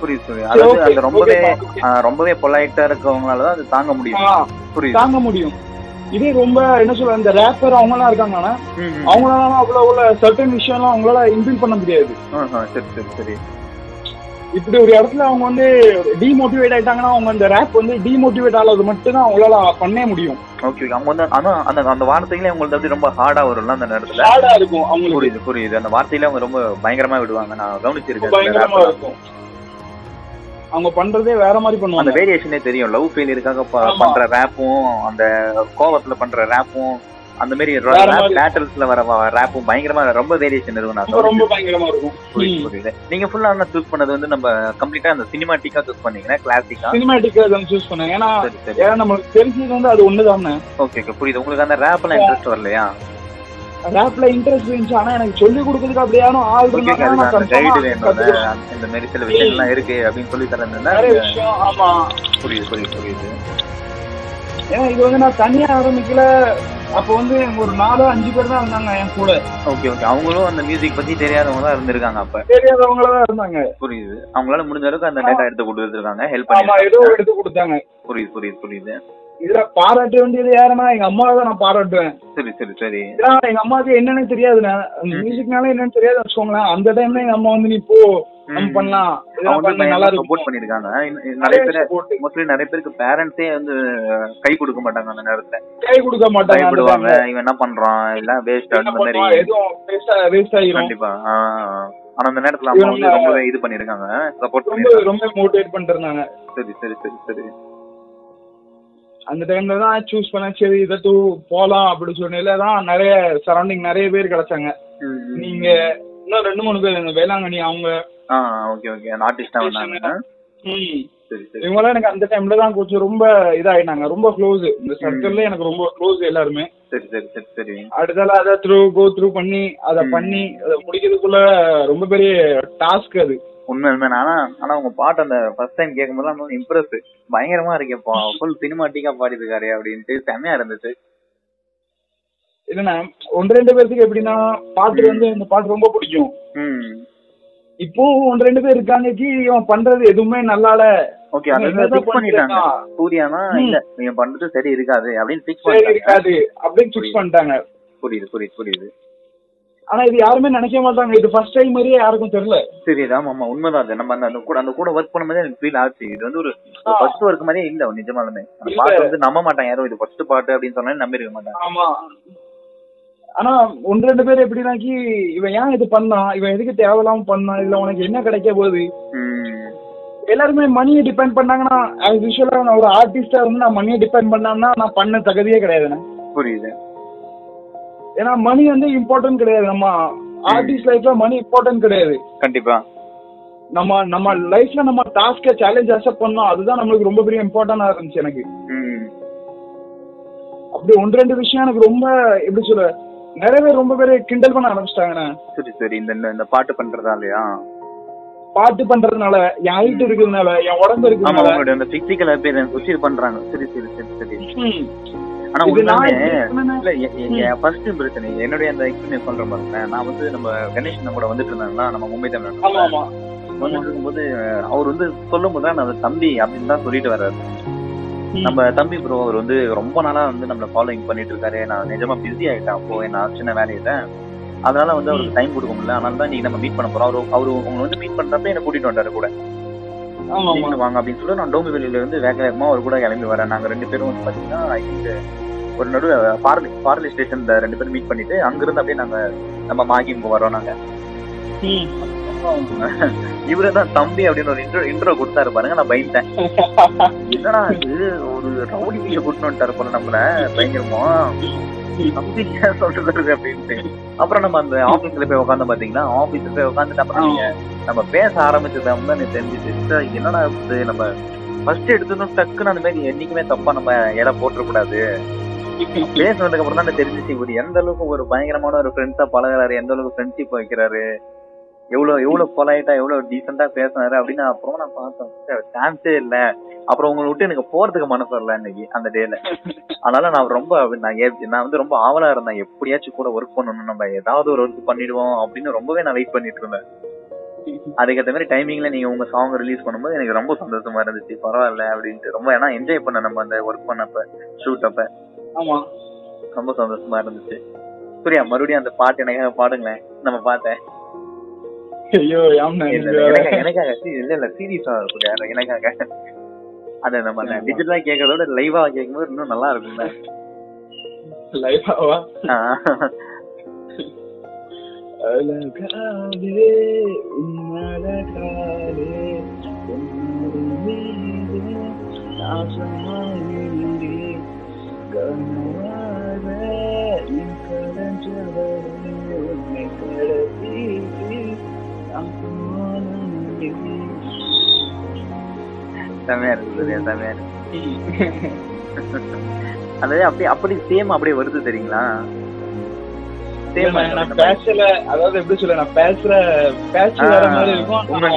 C: புரியுது புரியுது அதாவது
D: okay,
C: அது ரொம்பவே
D: okay, okay.
C: ஆ, ரொம்பவே பொலைட்டா இருக்கவங்களால தான் அது தாங்க முடியும்
D: ஆ,
C: புரியுது
D: தாங்க முடியும் இதே ரொம்ப என்ன சொல்ல இந்த ரேப்பர் அவங்க எல்லாம் இருக்காங்கன்னா
C: ம், ம்.
D: அவங்களால அவ்வளவு உள்ள சர்டன் விஷயம்லாம் அவங்களால இன்பில் பண்ண முடியாது
C: ஆஹா, சரி சரி சரி
D: இப்படி ஒரு இடத்துல அவங்க வந்து டிமோட்டிவேட் ஆயிட்டாங்கன்னா அவங்க அந்த ரேப் வந்து டிமோட்டிவேட் ஆனது மட்டும்தான் அவங்களால பண்ணே முடியும்
C: ஓகே ஓகே அவங்க வந்து ஆனா அந்த அந்த வார்த்தைகளே அவங்களுக்கு அப்படி ரொம்ப ஹார்டா வரும்ல அந்த நேரத்துல
D: சேடா இருக்கும் அவங்களுக்கு
C: புரியுது புரியுது அந்த வார்த்தையில அவங்க ரொம்ப பயங்கரமா விடுவாங்க நான் கவனிச்சிருக்கேன் அந்த
D: பயங்கரமா
C: rapper.
D: இருக்கும் அவங்க பண்றதே வேற மாதிரி
C: அந்த
D: பண்ணுவாங்க
C: வேரியேஷனே தெரியும் லவ் ஃபெயிலியருக்காக
D: ஆமா.
C: பண்ற ரேப்பும் அந்த கோவத்துல பண்ற ரேப்பும் அந்த மாதிரி
D: வேற மாதிரி.
C: லேட்டல்ஸ்ல வர ரேப்பும் பயங்கரமா ரொம்ப வேரியேஷன் இருக்கும் நான்
D: ரொம்ப
C: சொல்றது.
D: ரொம்ப பயங்கரமா இருக்கும்
C: புரியுது, புரியுது. நீங்க ஃபுல்லா ஆனா சூஸ் பண்ணது வந்து நம்ம கம்ப்ளீட்டா அந்த சினிமாட்டிக்கா சூஸ் பண்ணீங்கன்னா கிளாசிக்கா
D: சினிமேட்டிக்கா அதை சூஸ் பண்ணேன் ஏன்னா
C: சரி சரி
D: ஏன்னா நம்மளுக்கு தெரிஞ்சது வந்து அது ஒண்ணுதானே
C: ஓகே ஓகே புரியுது உங்களுக்கு அந்த ரேப்லாம் இன்ட்ரெஸ்ட் வரலையா
D: ரேப்ல இன்ட்ரெஸ்ட் இருந்துச்சு ஆனா எனக்கு சொல்லி கொடுக்கறதுக்கு அப்படியே யாரும் ஆள்
C: ஓகே அதுக்கு
D: இருந்தாங்கன்னா நான்
C: அந்த கைடு வேணும்
D: கத்துக்கிட்டேன்.
C: இந்த மாதிரி சில விஷயங்கள்லாம் இருக்கு அப்படின்னு சொல்லி தரேன்னா
D: நிறைய விஷயம் ஆமா
C: புரியுது புரியுது புரியுது
D: ஏன்னா இது வந்து நான் தனியா ஆரம்பிக்கல அப்போ வந்து எனக்கு ஒரு நாலு அஞ்சு பேர் தான் இருந்தாங்க என் கூட
C: ஓகே ஓகே அவங்களும் அந்த மியூசிக் பத்தி தெரியாதவங்க தான் இருந்திருக்காங்க அப்ப
D: தெரியாதவங்களா தான் இருந்தாங்க
C: புரியுது அவங்களால முடிஞ்ச அளவுக்கு அந்த
D: ஆமா.
C: டேட்டா எடுத்து கொண்டு வந்திருக்காங்க ஹெல்ப்
D: ஆமா
C: பண்ணி
D: ஏதோ எடுத்து கொடுத்தாங்க
C: புரியுது புரியுது புரியுது
D: இதுல பாராட்ட வேண்டியது யாருன்னா எங்க அம்மாவை தான் நான் பாராட்டுவேன்
C: சரி சரி சரி
D: ஏன்னா எங்க அம்மாவுக்கு என்னன்னு தெரியாது மியூசிக்னால என்னன்னு தெரியாது வச்சுக்கோங்களேன் அந்த டைம்ல எங்க அம்மா வந்து நீ போ நம்ம
C: ம்.
D: பண்ணலாம்
C: அவங்க வந்து
D: இதெல்லாம் பண்ண நல்லா
C: பயங்கரமா சப்போர்ட்
D: இருக்கும்
C: பண்ணிருக்காங்க இன்ன- இன்ன நிறைய
D: நிறைய
C: பேர்
D: support.
C: மோஸ்ட்லி நிறைய பேருக்கு பேரண்ட்ஸே வந்து கை கொடுக்க மாட்டாங்க அந்த நேரத்துல
D: கை கொடுக்க மாட்டாங்க அந்த
C: பயப்படுவாங்க
D: time ல.
C: இவன் என்ன பண்றான் எல்லாம் வேஸ்ட்
D: என்ன
C: அந்த மாதிரி
D: பண்ணுவா, எதுவும் waste ஆ- waste ஆயிரும்
C: கண்டிப்பா ஆ, ஆ. ஆனா அந்த நேரத்துல அம்மா வந்து
D: இவங்க-
C: ரொம்பவே இது பண்ணிருக்காங்க சப்போர்ட்
D: ரொம்ப
C: பண்ணிருக்காங்க
D: ரொம்ப மோட்டிவேட் பண்ணிட்டு இருந்தாங்க
C: சரி சரி சரி சரி
D: அந்த டைம்ல தான் சூஸ் பண்ணேன் சரி இதை டூ போலாம் அப்படின்னு சொன்னதுல தான் நிறைய சரௌண்டிங் நிறைய பேர் கிடைச்சாங்க
C: ம், ம்.
D: நீங்க இன்னும் ரெண்டு மூணு பேர் இந்த வேளாங்கண்ணி அவங்க
C: ஆ ஓகே ஓகே அந்த ஆர்டிஸ்டா வந்தாங்க
D: ம்,
C: சரி சரி
D: இவங்கெல்லாம் எனக்கு அந்த டைம்ல தான் கொஞ்சம் ரொம்ப இதாயிட்டாங்க ரொம்ப க்ளோஸ் இந்த சர்க்கிள்ல எனக்கு ரொம்ப க்ளோஸ் எல்லாருமே
C: சரி சரி சரி சரி
D: அடுத்தால அதை த்ரூ கோ த்ரூ பண்ணி அதை
C: ம்.
D: பண்ணி அதை முடிக்கிறதுக்குள்ள ரொம்ப பெரிய டாஸ்க் அது
C: உண்மை உண்மை ஆனா ஆனா உங்க பாட்டு அந்த ஃபர்ஸ்ட் டைம் கேட்கும்போது போது இம்ப்ரெஸ் பயங்கரமா இருக்கு இப்போ ஃபுல் சினிமாட்டிக்கா பாடிருக்காரு அப்படின்ட்டு செமையா இருந்துச்சு
D: இல்லைன்னா ஒன்று ரெண்டு பேர்த்துக்கு எப்படின்னா பாட்டு வந்து இந்த பாட்டு ரொம்ப பிடிக்கும்
C: ம்
D: இப்போ ஒன்று ரெண்டு பேர் இருக்காங்க கி இவன் பண்றது எதுவுமே நல்லால
C: ஓகே அதாவது
D: என்னதான்
C: ஃபிக்ஸ் பண்ணிட்டாங்க
D: பண்ணிருக்கான்.
C: சூர்யானா
D: ம்.
C: இல்ல இவன் பண்றது சரி இருக்காது அப்படின்னு ஃபிக்ஸ்
D: சரி
C: பண்ணிட்டாங்க
D: இருக்காது அப்படின்னு ஃபிக்ஸ் பண்ணிட்டாங்க
C: புரியுது புரியுது புரியுது
D: ஆனா இது யாருமே நினைக்க மாட்டாங்க இது ஃபர்ஸ்ட் டைம் மாதிரியே யாருக்கும் தெரியல
C: சரி இது ஆமா ஆமா உண்மைதான் அது. நம்ம அந்த அந்த கூட அந்த கூட ஒர்க் பண்ணும்போது எனக்கு ஃபீல் ஆச்சு இது வந்து ஒரு
D: ஆ.
C: ஃபர்ஸ்ட் ஒர்க் மாதிரியே இல்ல நிஜமாலுமே அந்த
D: இல்ல.
C: பாட்டு வந்து நம்ப மாட்டான் யாரும் இது ஃபர்ஸ்ட் பாட்டு அப்படின்னு சொன்னா நம்பிருக்க மாட்டாங்க
D: ஆமா ஆனா ஒன்று ரெண்டு பேர் எப்படினாக்கி இவன் ஏன் இது பண்ணான் இவன் எதுக்கு தேவையில்லாம பண்ணான் இதுல உனக்கு என்ன கிடைக்க போகுது
C: ம்.
D: எல்லாருமே மணியை டிபெண்ட் பண்ணாங்கன்னா ஆஸ் யூஸ்வலா நான் ஒரு ஆர்டிஸ்டா வந்து நான் மணியை டிபெண்ட் பண்ணான்னா நான் பண்ண தகுதியே கிடையாதுண்ணே
C: புரியுது
D: ஏன்னா மணி வந்து இம்பார்ட்டன்ட் கிடையாது நம்ம ஆர்டிஸ்ட் லைஃப்ல மணி இம்பார்ட்டன்ட் கிடையாது
C: கண்டிப்பா
D: நம்ம நம்ம லைஃப்ல நம்ம டாஸ்க சேலஞ்ச் அக்செப்ட் பண்ணோம் அதுதான் நம்மளுக்கு ரொம்ப பெரிய இம்பார்ட்டன்டா இருந்துச்சு எனக்கு
C: ம்
D: அப்படி ஒன்று ரெண்டு விஷயம் எனக்கு ரொம்ப எப்படி சொல்ல நிறைய பேர் ரொம்ப பேர் கிண்டல் பண்ண ஆரம்பிச்சிட்டாங்கண்ணே
C: சரி சரி இந்த இந்த- இந்த பாட்டு பண்றதா இல்லையா
D: பாட்டு பண்றதுனால என் ஹைட் இருக்கிறதுனால என் உடம்பு
C: ஆமா
D: இருக்கிறதுனால
C: உங்களுடைய அந்த பிசிக்கல் அப்பியரன்ஸ் வச்சு இது பண்றாங்க சரி சரி சரி சரி
D: ம்,
C: ஆனா
D: இது நான்
C: உண்மையாலுமே
D: என்னன்னா,
C: இல்ல எ- எ- என் ஃபர்ஸ்ட் பிரச்சனை என்னுடைய அந்த எக்ஸ்பீரியன்ஸ் சொல்ற பாருங்க நான் வந்து நம்ம கணேஷ் நம்ம கூட வந்துட்டு இருந்தாங்கன்னா நம்ம மும்பை தமிழ்
D: ஆமா ஆமா
C: வந்துட்டு இருக்கும்போது அஹ், அவர் வந்து சொல்லும் போது தான் நான் அது தம்பி அப்படின்னு தான் சொல்லிட்டு வர்றாரு
D: ம்.
C: நம்ம தம்பி ப்ரோ அவர் வந்து ரொம்ப நாளா வந்து நம்மள ஃபாலோயிங் பண்ணிட்டு இருக்காரு நான் நிஜமா பிஸி ஆயிட்டேன் அப்போ நான் சின்ன வேலையில அதனால வந்து அவருக்கு டைம் கொடுக்க முடியல அதனால தான் நீங்க நம்ம மீட் பண்ண போறோம் அவரு அவரு உங்களை வந்து மீட் பண்றப்ப என்ன கூட்டிட்டு வந்தாரு கூட
D: ஆமா ஆமா
C: நீங்களும் வாங்க அப்படின்னு சொல்லி நான் டோம்பிவெளியில இருந்து வேக வேகமா அவர் கூட கிளம்பி வரேன் நாங்க ரெண்டு பேரும் வந்து பாத்தீங்கன்னா I think ஒரு uh, நடு பார்லி பார்லி ஸ்டேஷன்ல ரெண்டு பேரும் மீட் பண்ணிட்டு அங்கிருந்து அப்படியே நாங்க நம்ம மாகிம் வரோம் நாங்க
D: ம்.
C: (laughs) இவரு தான் தம்பி அப்படின்னு ஒரு இன்ட்ரோ இன்ட்ரோ கொடுத்தாரு பாருங்க நான் பயந்தேன் என்னடா இது ஒரு ரவுடி வீடியோ கூட்டினு போல நம்மள பயங்கரமா தம்பி ஏன் சொல்றது அப்படின்ட்டு அப்புறம் நம்ம அந்த ஆபீஸ்ல போய் உட்காந்து பாத்தீங்கன்னா ஆபீஸ்ல போய் உட்காந்துட்டு அப்புறம் நீங்க நம்ம பேச ஆரம்பிச்சதாம் தான் எனக்கு தெரிஞ்சுச்சு சே, என்னடா இது நம்ம ஃபர்ஸ்ட் எடுத்ததும் டக்குன்னு அந்த மாதிரி என்னைக்குமே தப்பா நம்ம இட போட்டுறக்கூடாது பேசுனதுக்கு அப்புறம் தான் எனக்கு தெரிஞ்சிச்சு இவர் எந்த அளவுக்கு ஒரு பயங்கரமான ஒரு ஃப்ரெண்ட்ஸா பழகுறாரு எந்த அளவுக்கு ஃப்ரெண்ட்ஷிப் வைக்கிறாரு எவ்வளவு எவ்வளவு பொலைட்டா எவ்வளவு டீசெண்டா பேசினாரு அப்படின்னு அப்புறம் நான் பார்த்தேன் சான்ஸே இல்ல அப்புறம் உங்களை விட்டு எனக்கு போறதுக்கு மனசு வரல இன்னைக்கு அந்த டேல அதனால நான் ரொம்ப நான் ஏ- நான் வந்து ரொம்ப ஆவலா இருந்தேன் எப்படியாச்சும் கூட ஒர்க் பண்ணணும் நம்ம ஏதாவது ஒரு ஒர்க் பண்ணிடுவோம் அப்படின்னு ரொம்பவே நான் வெயிட் பண்ணிட்டு இருந்தேன் அதுக்கேற்ற மாதிரி டைமிங்ல நீங்க உங்க சாங் ரிலீஸ் பண்ணும்போது எனக்கு ரொம்ப சந்தோஷமா இருந்துச்சு பரவாயில்ல அப்படின்ட்டு ரொம்ப ஏன்னா என்ஜாய் பண்ண நம்ம அந்த ஒர்க் பண்ணப்ப ஷூட் அப்ப
D: ஆமா
C: ரொம்ப சந்தோஷமா இருந்துச்சு சூர்யா மறுபடியும் அந்த பாட்டு எனக்காக பாடுங்களேன் நம்ம பாட்டேன்
D: ஐயோ ஆமா
C: இல்ல, இல்ல, எனக்காக- எனக்காக see, இல்ல இல்ல சீரியஸா சூர்யா எனக்காக அது நம்ம டிஜிட்டலா கேட்கறதோட லைவா கேட்கும்போது இன்னும் நல்லா இருக்கும்ல
D: லைஃபாவா
C: ஆ.
D: அழகாலே உன்னழகாலே உன்னோடு மீது நான் சாய்ந்தேன்.
C: செமையா இருக்கு சூர்யா செமையா இருக்கு அதாவது அப்படியே அப்படி சேம் அப்படியே வருது தெரியுங்களா சேம்
D: நான் பேச்சல அதாவது எப்படி சொல்ல நான் பேசுற பேச்சு வேற மாதிரி இருக்கும் ஆனா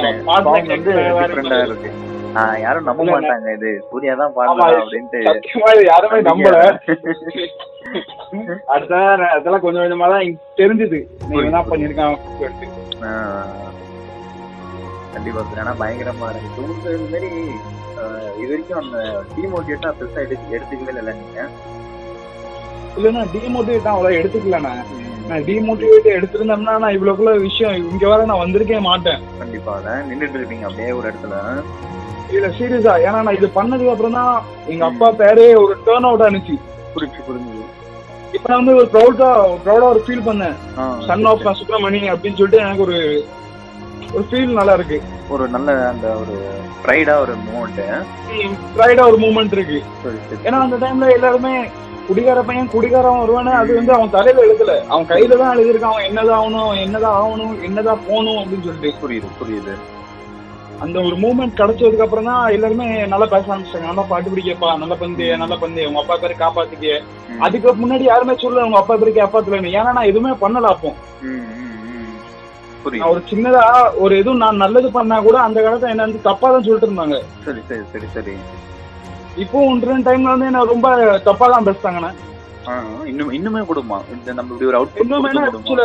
D: பாட்டு கேட்க வேற மாதிரி இருக்கும்.
C: இருக்கு ஆ, யாரும் நம்ப
D: இல்ல,
C: மாட்டாங்க இது சூர்யா தான்
D: ஆமா,
C: பாடுறா
D: இது
C: அப்படின்ட்டு
D: சத்தியமா இது யாருமே நம்பல அதெல்லாம் அதெல்லாம் கொஞ்சம் கொஞ்சமா தான் எனக்கு தெரிஞ்சுது நீங்க என்ன பண்ணிருக்கான் அப்படின்னு சொல்லிட்டு.
C: ஆ. கண்டிப்பா sir. ஆனா பயங்கரமா இருக்கு உங்களுக்கு இது மாதிரி ஆ, இது வரைக்கும் அந்த டிமோட்டிவேட்டா பெருசா எடுத்து எடுத்துக்கவே இல்லை நீங்க
D: இல்லைன்னா டிமோட்டிவேட் தான் அவ்வளவு எடுத்துக்கல நான் நான் டிமோட்டிவேட் எடுத்திருந்தோம்னா நான் இவ்வளவுக்குள்ள விஷயம் இங்க வர நான் வந்திருக்கவே மாட்டேன்
C: கண்டிப்பா அதான் நின்னுட்டு இருப்பீங்க அப்படியே ஒரு இடத்துல
D: இல்ல சீரியஸா ஏன்னா நான் இது பண்ணதுக்கு அப்புறம் தான் எங்க அப்பா பேரே ஒரு டேர்ன் அவுட் ஆனிச்சு
C: புரிஞ்சு புரிஞ்சு
D: இப்ப நான் வந்து ஒரு ப்ரௌடா ப்ரௌடா ஒரு ஃபீல் பண்ணேன் சன் ஆஃப் சுப்ரமணி அப்படின்னு சொல்லிட்டு எனக்கு ஒரு ஒரு ஃபீல் நல்லா இருக்கு
C: ஒரு நல்ல அந்த ஒரு ப்ரைடா ஒரு மூமெண்ட்
D: ப்ரைடா ஒரு மூமெண்ட் இருக்கு ஏன்னா அந்த டைம்ல எல்லாருமே குடிகார பையன் குடிகாரன் வருவானே அது வந்து அவன் தலையில எழுதல அவன் கையில தான் எழுதிருக்கான் அவன் என்னதான் ஆகணும் என்னதான் ஆகணும் என்னதான் போகணும் அப்படின்னு சொல்லிட்டு
C: புரியுது புரியுது
D: அந்த ஒரு மூமெண்ட் கிடைச்சதுக்கு அப்புறம் தான் எல்லாருமே நல்லா பேச ஆரம்பிச்சாங்க நல்லா பாட்டு பிடிக்கப்பா நல்லா பந்து நல்லா பந்து உங்க அப்பா பேரு காப்பாத்திக்க
C: ம்.
D: அதுக்கு முன்னாடி யாருமே சொல்லல உங்க அப்பா பேரு காப்பாத்துல ஏன்னா நான் எதுவுமே பண்ணல அப்போ
C: ம், ம், ம்.
D: நான்
C: புரியுது
D: ஒரு சின்னதா ஒரு எதுவும் நான் நல்லது பண்ணா கூட அந்த காலத்துல என்ன வந்து தப்பா தான் சொல்லிட்டு இருந்தாங்க
C: சரி சரி சரி சரி
D: இப்போ ஒன்று ரெண்டு டைம்ல வந்து என்ன ரொம்ப தப்பா தான் பேசுறாங்கண்ணே
C: ஆ, இன்னும் இன்னுமே கொடுமா இந்த நம்ம இப்படி ஒரு அவுட்
D: இன்னும் வேணா சில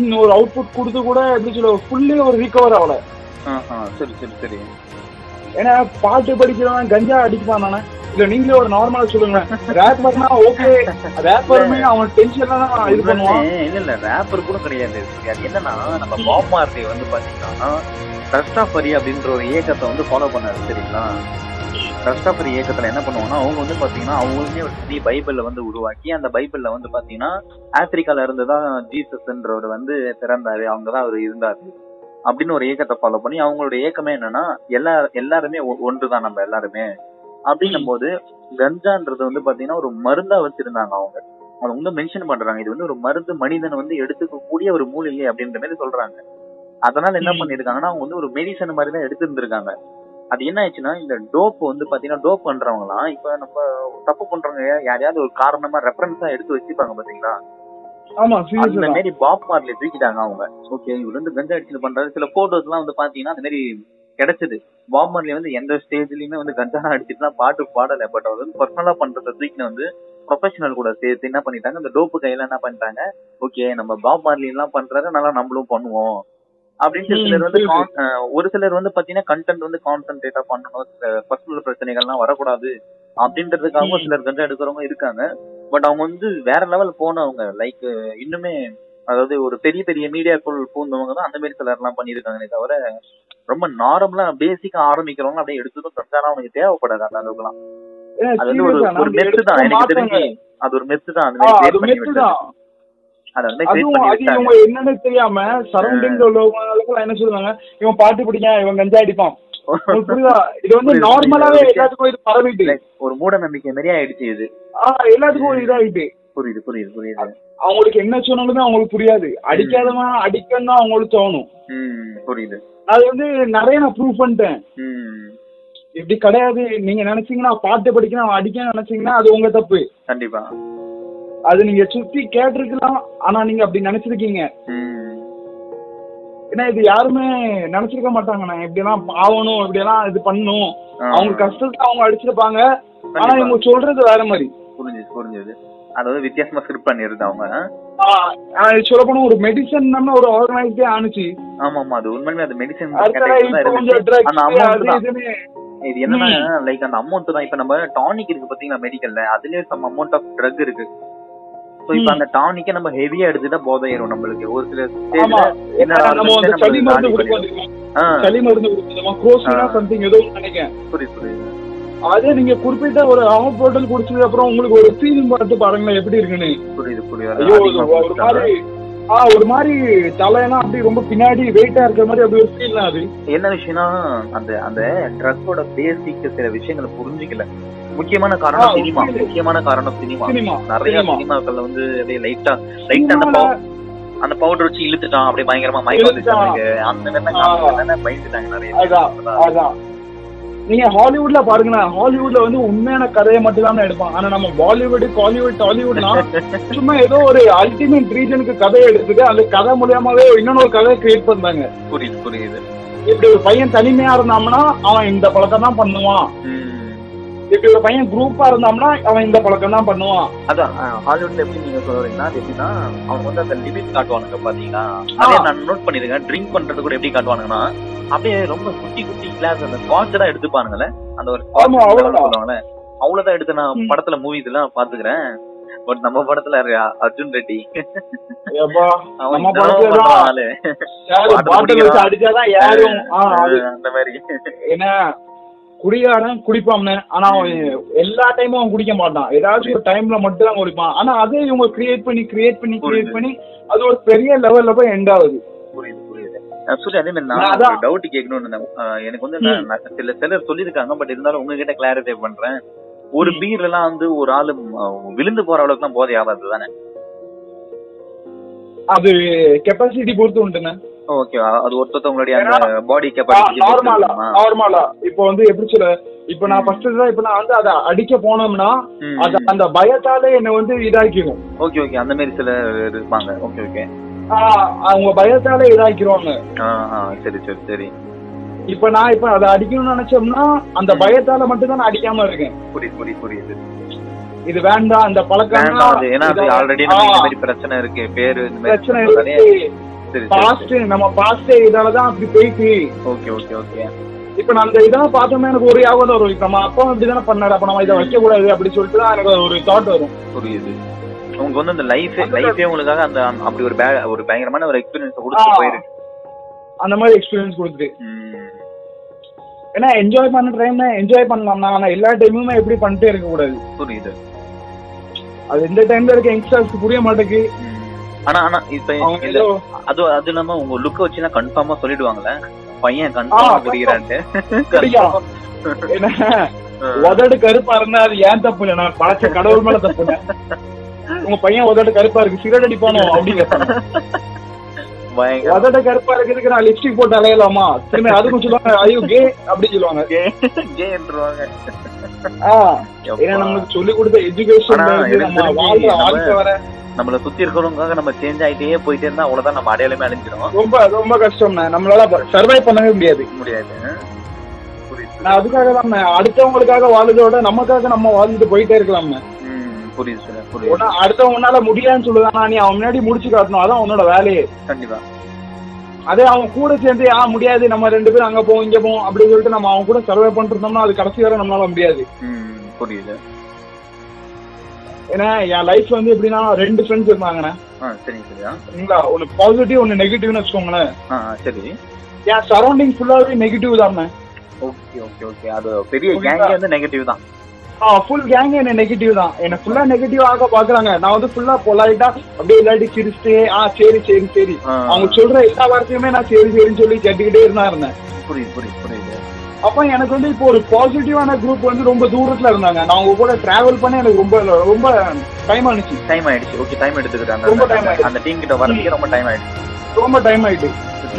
D: ம், ஒரு அவுட்புட் கொடுத்து கூட எப்படி சொல்ல ஃபுல்லி ஒரு ரிகவர் ஆகல
C: சரி சரி சரி
D: ஏன்னா பாட்டு படிக்கிறவன் கஞ்சா அடிப்பான் தானே இல்ல நீங்களே ஒரு நார்மலா சொல்லுங்க ரேப்பர்னா ஓகே ரேப்பருமே அவன் டென்ஷன்ல தான் இது பண்ணுவான்
C: உண்மையிலே இல்ல இல்ல ரேப்பர் கூட கிடையாது அது என்னன்னா நம்ம பாப் மார்லி வந்து பாத்தீங்கன்னா ரஸ்டாபரி அப்படின்ற ஒரு இயக்கத்தை வந்து ஃபாலோ பண்ணாரு சரிங்களா ரஸ்டாபரி இயக்கத்துல என்ன பண்ணுவாங்கன்னா அவங்க வந்து பாத்தீங்கன்னா அவங்களுமே ஒரு சினி பைபிள்ல வந்து உருவாக்கி அந்த பைபிள்ல வந்து பாத்தீங்கன்னா ஆப்பிரிக்கால இருந்து தான் ஜீசஸ்ன்றவர் வந்து பிறந்தாரு அவங்க தான் அவர் இருந்தாரு அப்படின்னு ஒரு இயக்கத்தை ஃபாலோ பண்ணி அவங்களோட இயக்கமே என்னன்னா எல்லா எல்லாருமே ஒன்று தான் நம்ம எல்லாருமே அப்படின்னும் போது கஞ்சான்றது வந்து பாத்தீங்கன்னா ஒரு மருந்தா வச்சிருந்தாங்க அவங்க அவங்க வந்து மென்ஷன் பண்றாங்க இது வந்து ஒரு மருந்து மனிதன் வந்து எடுத்துக்கக்கூடிய ஒரு மூலிகை அப்படின்ற மாதிரி சொல்றாங்க அதனால என்ன
D: ம்.
C: பண்ணிருக்காங்கன்னா அவங்க வந்து ஒரு மெடிசன் மாதிரி தான் எடுத்திருந்திருக்காங்க அது என்ன ஆயிடுச்சுன்னா இந்த டோப் வந்து பாத்தீங்கன்னா டோப் பண்றவங்களாம் இப்ப நம்ம தப்பு பண்றவங்க யாரையாவது ஒரு காரணமா ரெஃபரன்ஸா எடுத்து வச்சுப்பாங்க பாத்தீங்களா
D: ஆமா
C: அந்த
D: சீரியஸ்
C: மாதிரி பாப் மார்லி தூக்கிட்டாங்க அவங்க ஓகே இவரு வந்து கஞ்சா அடிச்சு பண்றாரு சில போட்டோஸ் எல்லாம் வந்து பாத்தீங்கன்னா அந்த மாதிரி கிடைச்சது பாப் மார்லி வந்து எந்த ஸ்டேஜ்லயுமே வந்து கஞ்சா அடிச்சுட்டு தான் பாட்டு பாடல பட் அவர் வந்து பர்சனலா பண்றத தூக்கின வந்து ப்ரொஃபஷனல் கூட சேர்த்து என்ன பண்ணிட்டாங்க அந்த டோப்பு கையில என்ன பண்ணிட்டாங்க ஓகே நம்ம பாப் மார்லி எல்லாம் பண்றாரு நல்லா நம்மளும் பண்ணுவோம் அப்படின்ட்டு
D: ம்,
C: சிலர் வந்து
D: புரியுது.
C: con- அஹ் ஒரு சிலர் வந்து பாத்தீங்கன்னா கண்டென்ட் வந்து கான்சென்ட்ரேட்டா பண்ணணும் பர்சனல் பிரச்சனைகள்லாம் வரக்கூடாது அப்படின்றதுக்காகவும்
D: ம்.
C: சிலர் கஞ்சா எடுக்கிறவங்க இருக்காங்க பட் அவங்க வந்து வேற லெவல் போனவங்க லைக் இன்னுமே அதாவது ஒரு பெரிய பெரிய மீடியாக்குள் பூந்தவங்க தான் அந்த மாதிரி சிலர் எல்லாம் பண்ணியிருக்காங்களே தவிர ரொம்ப நார்மலா பேசிக்கா ஆரம்பிக்கிறவங்க அப்படியே எடுத்ததும் கரெக்டான அவங்களுக்கு தேவைப்படாது அந்த அளவுக்குலாம் அது வந்து ஒரு ஒரு மெத்து தான் எனக்கு தெரிஞ்சு அது ஒரு மெத்து தான் அந்த மாதிரி create பண்ணி விட்டாங்க. அது அந்த மாதிரி create பண்ணி விட்டாங்க
D: அதுவும் அது இவங்க என்னன்னு தெரியாம சரௌண்டிங்ல உள்ளவங்களுக்கு என்ன சொல்லுவாங்க இவன் பாட்டு பிடிக்கான் இவன் கஞ்சா அடிப்பான் உங்களுக்கு புரியுதா இது வந்து
C: புரியுது,
D: நார்மலாவே
C: புரியுது.
D: எல்லாத்துக்கும் இது பரவிட்டு
C: Like, ஒரு மூட நம்பிக்கை மாதிரி ஆயிடுச்சு இது
D: ஆஹ் எல்லாத்துக்கும் ஒரு இதாயிட்டு
C: புரியுது புரியுது புரியுது
D: அவங்களுக்கு என்ன சொன்னாலுமே அவங்களுக்கு புரியாது அடிக்காதவன் அடிக்கணும் தான் அவங்களுக்கு தோணும்
C: ம் புரியுது
D: அது வந்து நிறைய நான் ப்ரூவ் பண்ணிட்டேன்
C: ம்
D: இப்படி கிடையாது நீங்க நினைச்சீங்கன்னா பாட்டு படிக்கணும் அவன் அடிக்கணும்னு நினைச்சீங்கன்னா அது உங்க தப்பு
C: கண்டிப்பா
D: அது நீங்க சுத்தி கேட்டிருக்கலாம் ஆனா நீங்க அப்படி நினைச்சிருக்கீங்க
C: ம்
D: ஏன்னா இது யாருமே நினைச்சிருக்க மாட்டாங்க நான் இப்படிலாம் ஆகணும் இப்படிலாம் இது பண்ணணும்
C: ஆ.
D: அவங்க கஷ்டத்தை அவங்க அடிச்சிருப்பாங்க ஆனா
C: கண்டிப்பா.
D: இவங்க சொல்றது வேற மாதிரி
C: புரிஞ்சுது புரிஞ்சுது அதாவது வித்தியாசமா ஸ்கிரிப்ட் பண்ணிருந்தா அவங்க
D: சொல்லப்போனா ஒரு மெடிசன் ஒரு ஆர்கனைஸ்டே ஆணுச்சு
C: ஆமா ஆமா அது உண்மையிலே அது மெடிசன்
D: அடுத்ததா இப்ப கொஞ்சம்
C: அந்த
D: ட்ரக்ஸ்
C: அமௌண்ட்
D: அது
C: தான்
D: இதுன்னு
C: இது என்னன்னா லைக் அந்த அமௌண்ட் தான் இப்ப நம்ம டானிக் இருக்கு பாத்தீங்களா மெடிக்கல்ல அதுலயே சம் அமௌண்ட் ஆஃப் ட்ரக் இருக்கு சோ இப்ப
D: ம்.
C: அந்த டானிக்கை நம்ம ஹெவியா எடுத்துட்டா போதை ஏறும் நம்மளுக்கு ஒரு சில
D: ஆமா
C: ஸ்டேஜ்ல
D: ஏன்னா நம்ம வந்து சளி மருந்து கொடுப்போம் தெரியுமா? சளி மருந்து கொடுப்போம் குரோசினா
C: ஆ.
D: சம்திங் ஏதோ ஒண்ணு நினைக்கிறேன்
C: புரியுது புரியுது
D: அதே நீங்க குறிப்பிட்ட ஒரு ஹாஃப் பாட்டில் குடிச்சதுக்கு அப்புறம் உங்களுக்கு ஒரு ஃபீல் பார்த்து பாருங்களேன் எப்படி இருக்குன்னு
C: புரியுது
D: ஐயோ
C: புரியுது
D: ஒரு- ஒரு மாதிரி ஆ ஒரு மாதிரி தலையெல்லாம் அப்படி ரொம்ப பின்னாடி வெயிட்டா இருக்கிற மாதிரி அப்படி ஒரு ஃபீல் அது
C: என்ன விஷயம்னா அந்த அந்த ட்ரக்கோட பேசிக் சில விஷயங்களை புரிஞ்சுக்கல முக்கியமான காரணம்
D: ஆ,
C: சினிமா
D: புரியுது.
C: முக்கியமான காரணம் சினிமா
D: சினிமா
C: நிறைய
D: சினிமா.
C: சினிமாக்கள்ல வந்து அப்படியே லைட்டா லைட்டா அந்த பவு- அந்த பவுடர் வச்சு இழுத்துட்டான் அப்படியே பயங்கரமா மயக்கம் வந்துச்சு
D: இழுத்துட்டான்.
C: அவனுக்கு. அந்த
D: ஆ.
C: நேரத்துல பயந்துட்டாங்க நிறைய பேர்.
D: அதான். அதான் நீங்க ஹாலிவுட்ல பாருங்களா ஹாலிவுட்ல வந்து உண்மையான கதையை மட்டும் தான் எடுப்பான் ஆனா நம்ம பாலிவுட் காலிவுட் டாலிவுட்னா சும்மா ஏதோ ஒரு அல்டிமேட் ரீஜனுக்கு கதையை எடுத்துட்டு அந்த கதை மூலியமாவே இன்னொன்னு ஒரு கதையை கிரியேட் பண்றாங்க
C: (laughs) புரியுது புரியுது
D: இப்படி ஒரு பையன் தனிமையா இருந்தான்னா அவன் இந்த பழக்கம் தான் பண்ணுவான்
C: உம்.
D: இப்படி ஒரு பையன் குரூப்பா இருந்தான்னா அவன் இந்த பழக்கம் தான் பண்ணுவான்
C: அதான் அஹ், ஹாலிவுட்ல எப்படி நீங்க சொல்றீங்கன்னா அது எப்படின்னா அவங்க வந்து அந்த லிமிட் காட்டுவானுங்க பாத்தீங்கன்னா அதே நான் நோட் பண்ணிருக்கேன் ட்ரிங்க் பண்றது கூட எப்படி காட்டுவானுங்கன்னா அப்படியே ரொம்ப குட்டி குட்டி கிளாஸ் அந்த ஸ்காட்சா எடுத்துப்பானுங்களே அந்த ஒரு scotch
D: ஆமா, அவ்வளவுதான்.
C: சொல்லுவாங்களே அவ்வளவுதான் எடுத்து நான்
D: ம்.
C: படத்துல மூவிஸ் எல்லாம் பாத்துக்கிறேன் பட் நம்ம படத்துல அ- அர்ஜுன் ரெட்டி
D: ஏப்பா,
C: அவன்
D: நம்ம
C: என்னமோ
D: படத்துல
C: பண்ற
D: தான்
C: ஆளு
D: யாரு
C: பாட்டு
D: பாட்டில் வச்சு
C: குடிக்கிறான்.
D: அடிச்சாதான் யாரும் ஆ, அது
C: அந்த மாதிரி
D: ஏன்னா குடிகாரன் குடிப்பாம்னு ஆனா அவன் எல்லா டைமும் அவன் குடிக்க மாட்டான் ஏதாச்சும் ஒரு டைம்ல மட்டும் தான் குடிப்பான் ஆனா அதே இவங்க கிரியேட் பண்ணி கிரியேட் பண்ணி கிரியேட்
C: புரியுது.
D: பண்ணி அது ஒரு பெரிய லெவல்ல போய் எண்ட் ஆகுது
C: புரியுது புரியுது அஹ் சூர்யா அதே மாதிரி நான்
D: அதான்.
C: ஒரு டவுட் கேட்கணும்னு இருந்தேன். அஹ் எனக்கு வந்து நான் நான் சில சிலர் சொல்லியிருக்காங்க பட் இருந்தாலும் உங்ககிட்ட கிளாரிஃபை பண்றேன் ஒரு
D: ம்.
C: பீர் எல்லாம் வந்து ஒரு ஆளு அஹ், விழுந்து போற அளவுக்கு தான் போதை ஆகாது தானே
D: அது கெப்பாசிட்டி பொறுத்து உண்டுண்ணே
C: ஓகே அது ஒருத்தவங்களுடைய அந்த பாடி
D: நார்மலா
C: கெப்பாசிட்டி
D: நார்மலா இப்போ வந்து எப்படி சொல்ல இப்போ நான் ஃபர்ஸ்ட் இப்போ நான் வந்து அதை அடிக்க போனோம்னா அது அந்த பயத்தாலே என்னை வந்து இதாக்கிடும்
C: ஓகே ஓகே அந்த மாதிரி சில இருப்பாங்க ஓகே ஓகே
D: ஆஹ் அவங்க பயத்தாலே இதாக்கிடுவாங்க
C: சரி சரி சரி
D: இப்ப நான் இப்ப அதை அடிக்கணும்னு நினைச்சோம்னா அந்த பயத்தால மட்டும் தான் நான் அடிக்காம இருக்கேன்
C: புரியுது புரியுது புரியுது
D: இது வேண்டாம் இந்த பழக்கம்
C: வேண்டாம் அது. ஏன்னா அது
D: இதை-
C: ஆல்ரெடி நம்ம இந்த
D: ஆ,
C: மாதிரி பிரச்சனை இருக்கு பேரு இந்த மாதிரி
D: பிரச்சனை
C: நிறைய-
D: இருக்கு
C: சரி சரி
D: பாஸ்ட் நம்ம பாஸ்ட் இதாலதான் அப்படி போயிட்டு
C: ஓகே ஓகே ஓகே
D: இப்ப நான் அந்த இதெல்லாம் பார்த்தோம்னா எனக்கு ஒரு யாவது தான் வரும் இப்ப நம்ம அப்பா இப்படிதானே பண்ணாரு அப்ப நம்ம இதை வைக்க கூடாது அப்படி சொல்லிட்டு தான் எனக்கு ஒரு தாட் வரும்
C: புரியுது உங்களுக்கு வந்து அந்த லைஃப் லைஃபே உங்களுக்காக அந்த அந்த- அப்படி ஒரு bad- ஒரு பயங்கரமான ஒரு எக்ஸ்பீரியன்ஸ் கொடுத்து
D: ஆ.
C: போயிருக்கு
D: அந்த மாதிரி எக்ஸ்பீரியன்ஸ் கொடுத்து
C: ம்.
D: ஏன்னா என்ஜாய் பண்ண டைம்ல என்ஜாய் பண்ணலாம்னா ஆனா எல்லா டைமுமே எப்படி பண்ணிட்டே இருக்க கூடாது
C: புரியுது
D: அது எந்த டைம்ல இருக்க யங்ஸ்டர்ஸ்க்கு புரிய மாட்டேங்குது
C: ம். ஆனா ஆனா இப்ப
D: அவங்க
C: இல்ல
D: ஏதோ
C: அது அது இல்லாம உங்க லுக்க வச்சுனா கன்ஃபார்மா சொல்லிடுவாங்கல்ல பையன் கன்ஃபார்மா
D: ஆ,
C: புரிகிறான்ட்டு
D: அப்படியா? என்ன உதடு கருப்பா இருந்தா அது ஏன் தப்பு இல்லை நான் பழச்ச கடவுள் மேல தப்பு இல்லை. உங்க பையன் உதடு கருப்பா இருக்கு சிகரெட் அடிப்பானோ அப்படிங்க
C: பயங்கர
D: உதட கருப்பா இருக்கிறதுக்கு நான் லிப்ஸ்டிக் போட்டு அலையலாமா திரும்ப அதுக்கும் சொல்லுவாங்க ஐயோ கே அப்படின்னு சொல்லுவாங்க
C: கேன்றுவாங்க
D: ஆ, ஏன்னா நம்மளுக்கு சொல்லி கொடுத்த எஜுகேஷன்
C: ஆனா, எனக்கு
D: நம்ம
C: தெரிஞ்சு
D: வாழ்ற
C: நம்ம-
D: வாழ்க்கை வர
C: நம்மள சுத்தி இருக்கிறவங்க நம்ம சேஞ்ச் ஆயிட்டே போயிட்டே இருந்தா அவ்வளவுதான் நம்ம அடையாளமே அழிஞ்சிடும்
D: ரொம்ப ரொம்ப கஷ்டம்ண்ணே நம்மளால சர்வை பண்ணவே முடியாது
C: முடியாது புரியுது
D: நான் அதுக்காக தான் அடுத்தவங்களுக்காக வாழ்றதோட நமக்காக நம்ம வாழ்ந்துட்டு போயிட்டே இருக்கலாம்ண்ணே
C: ம், புரியுது sir, புரியுது
D: உன்னா அடுத்தவன் உன்னால முடியாதுன்னு சொல்லுதானா நீ அவன் முன்னாடி முடிச்சு காட்டணும் அதான் உன்னோட வேலையே
C: கண்டிப்பா
D: அதே அவன் கூட சேர்ந்து ஆ முடியாது நம்ம ரெண்டு பேரும் அங்க போவோம் இங்க போவோம் அப்படின்னு சொல்லிட்டு நம்ம அவன் கூட சர்வை பண்ணிட்டு இருந்தோம்னா அது கடைசி வரை நம்மளால முடியாது
C: ம், புரியுது
D: ஏன்னா என் லைஃப்ல வந்து எப்படின்னா ரெண்டு ஃப்ரெண்ட்ஸ் இருந்தாங்கண்ணே
C: ஆ சரிங்க சரியா
D: சரிங்களா ஒன்னு பாசிட்டிவ் ஒன்னு நெகட்டிவ்னு வச்சுக்கோங்களேன்
C: ஆ சரி
D: என் சரௌண்டிங் ஃபுல்லாவே நெகட்டிவ் தாண்ணே
C: ஓகே ஓகே ஓகே அது பெரிய
D: புரியுதா?
C: கேங்கே வந்து நெகட்டிவ் தான்
D: ஆ ஃபுல் கேங் என்ன நெகட்டிவ் தான் என்ன ஃபுல்லா நெகட்டிவ் ஆக பாக்குறாங்க நான் வந்து ஃபுல்லா பொலைட்டா அப்படியே இல்லாட்டி சிரிச்சுட்டே ஆ சரி சரி சரி
C: ஆ,
D: அவங்க சொல்ற எல்லா வார்த்தையுமே நான் சரி சரின்னு சொல்லி கேட்டுக்கிட்டே இருந்தா இருந்தேன்
C: புரியுது புரியுது புரியுது
D: அப்ப எனக்கு வந்து இப்போ ஒரு பாசிட்டிவான குரூப் வந்து ரொம்ப தூரத்துல இருந்தாங்க நான் அவங்க கூட டிராவல் பண்ண எனக்கு ரொம்ப ரொம்ப டைம் ஆனிச்சு
C: டைம் ஆயிடுச்சு ஓகே டைம் எடுத்துக்கிட்டு அந்த-
D: ரொம்ப time
C: அந்த- அந்த டீம் கிட்ட வரதுக்கே ரொம்ப டைம் ஆயிடுச்சு
D: ரொம்ப டைம் ஆயிட்டு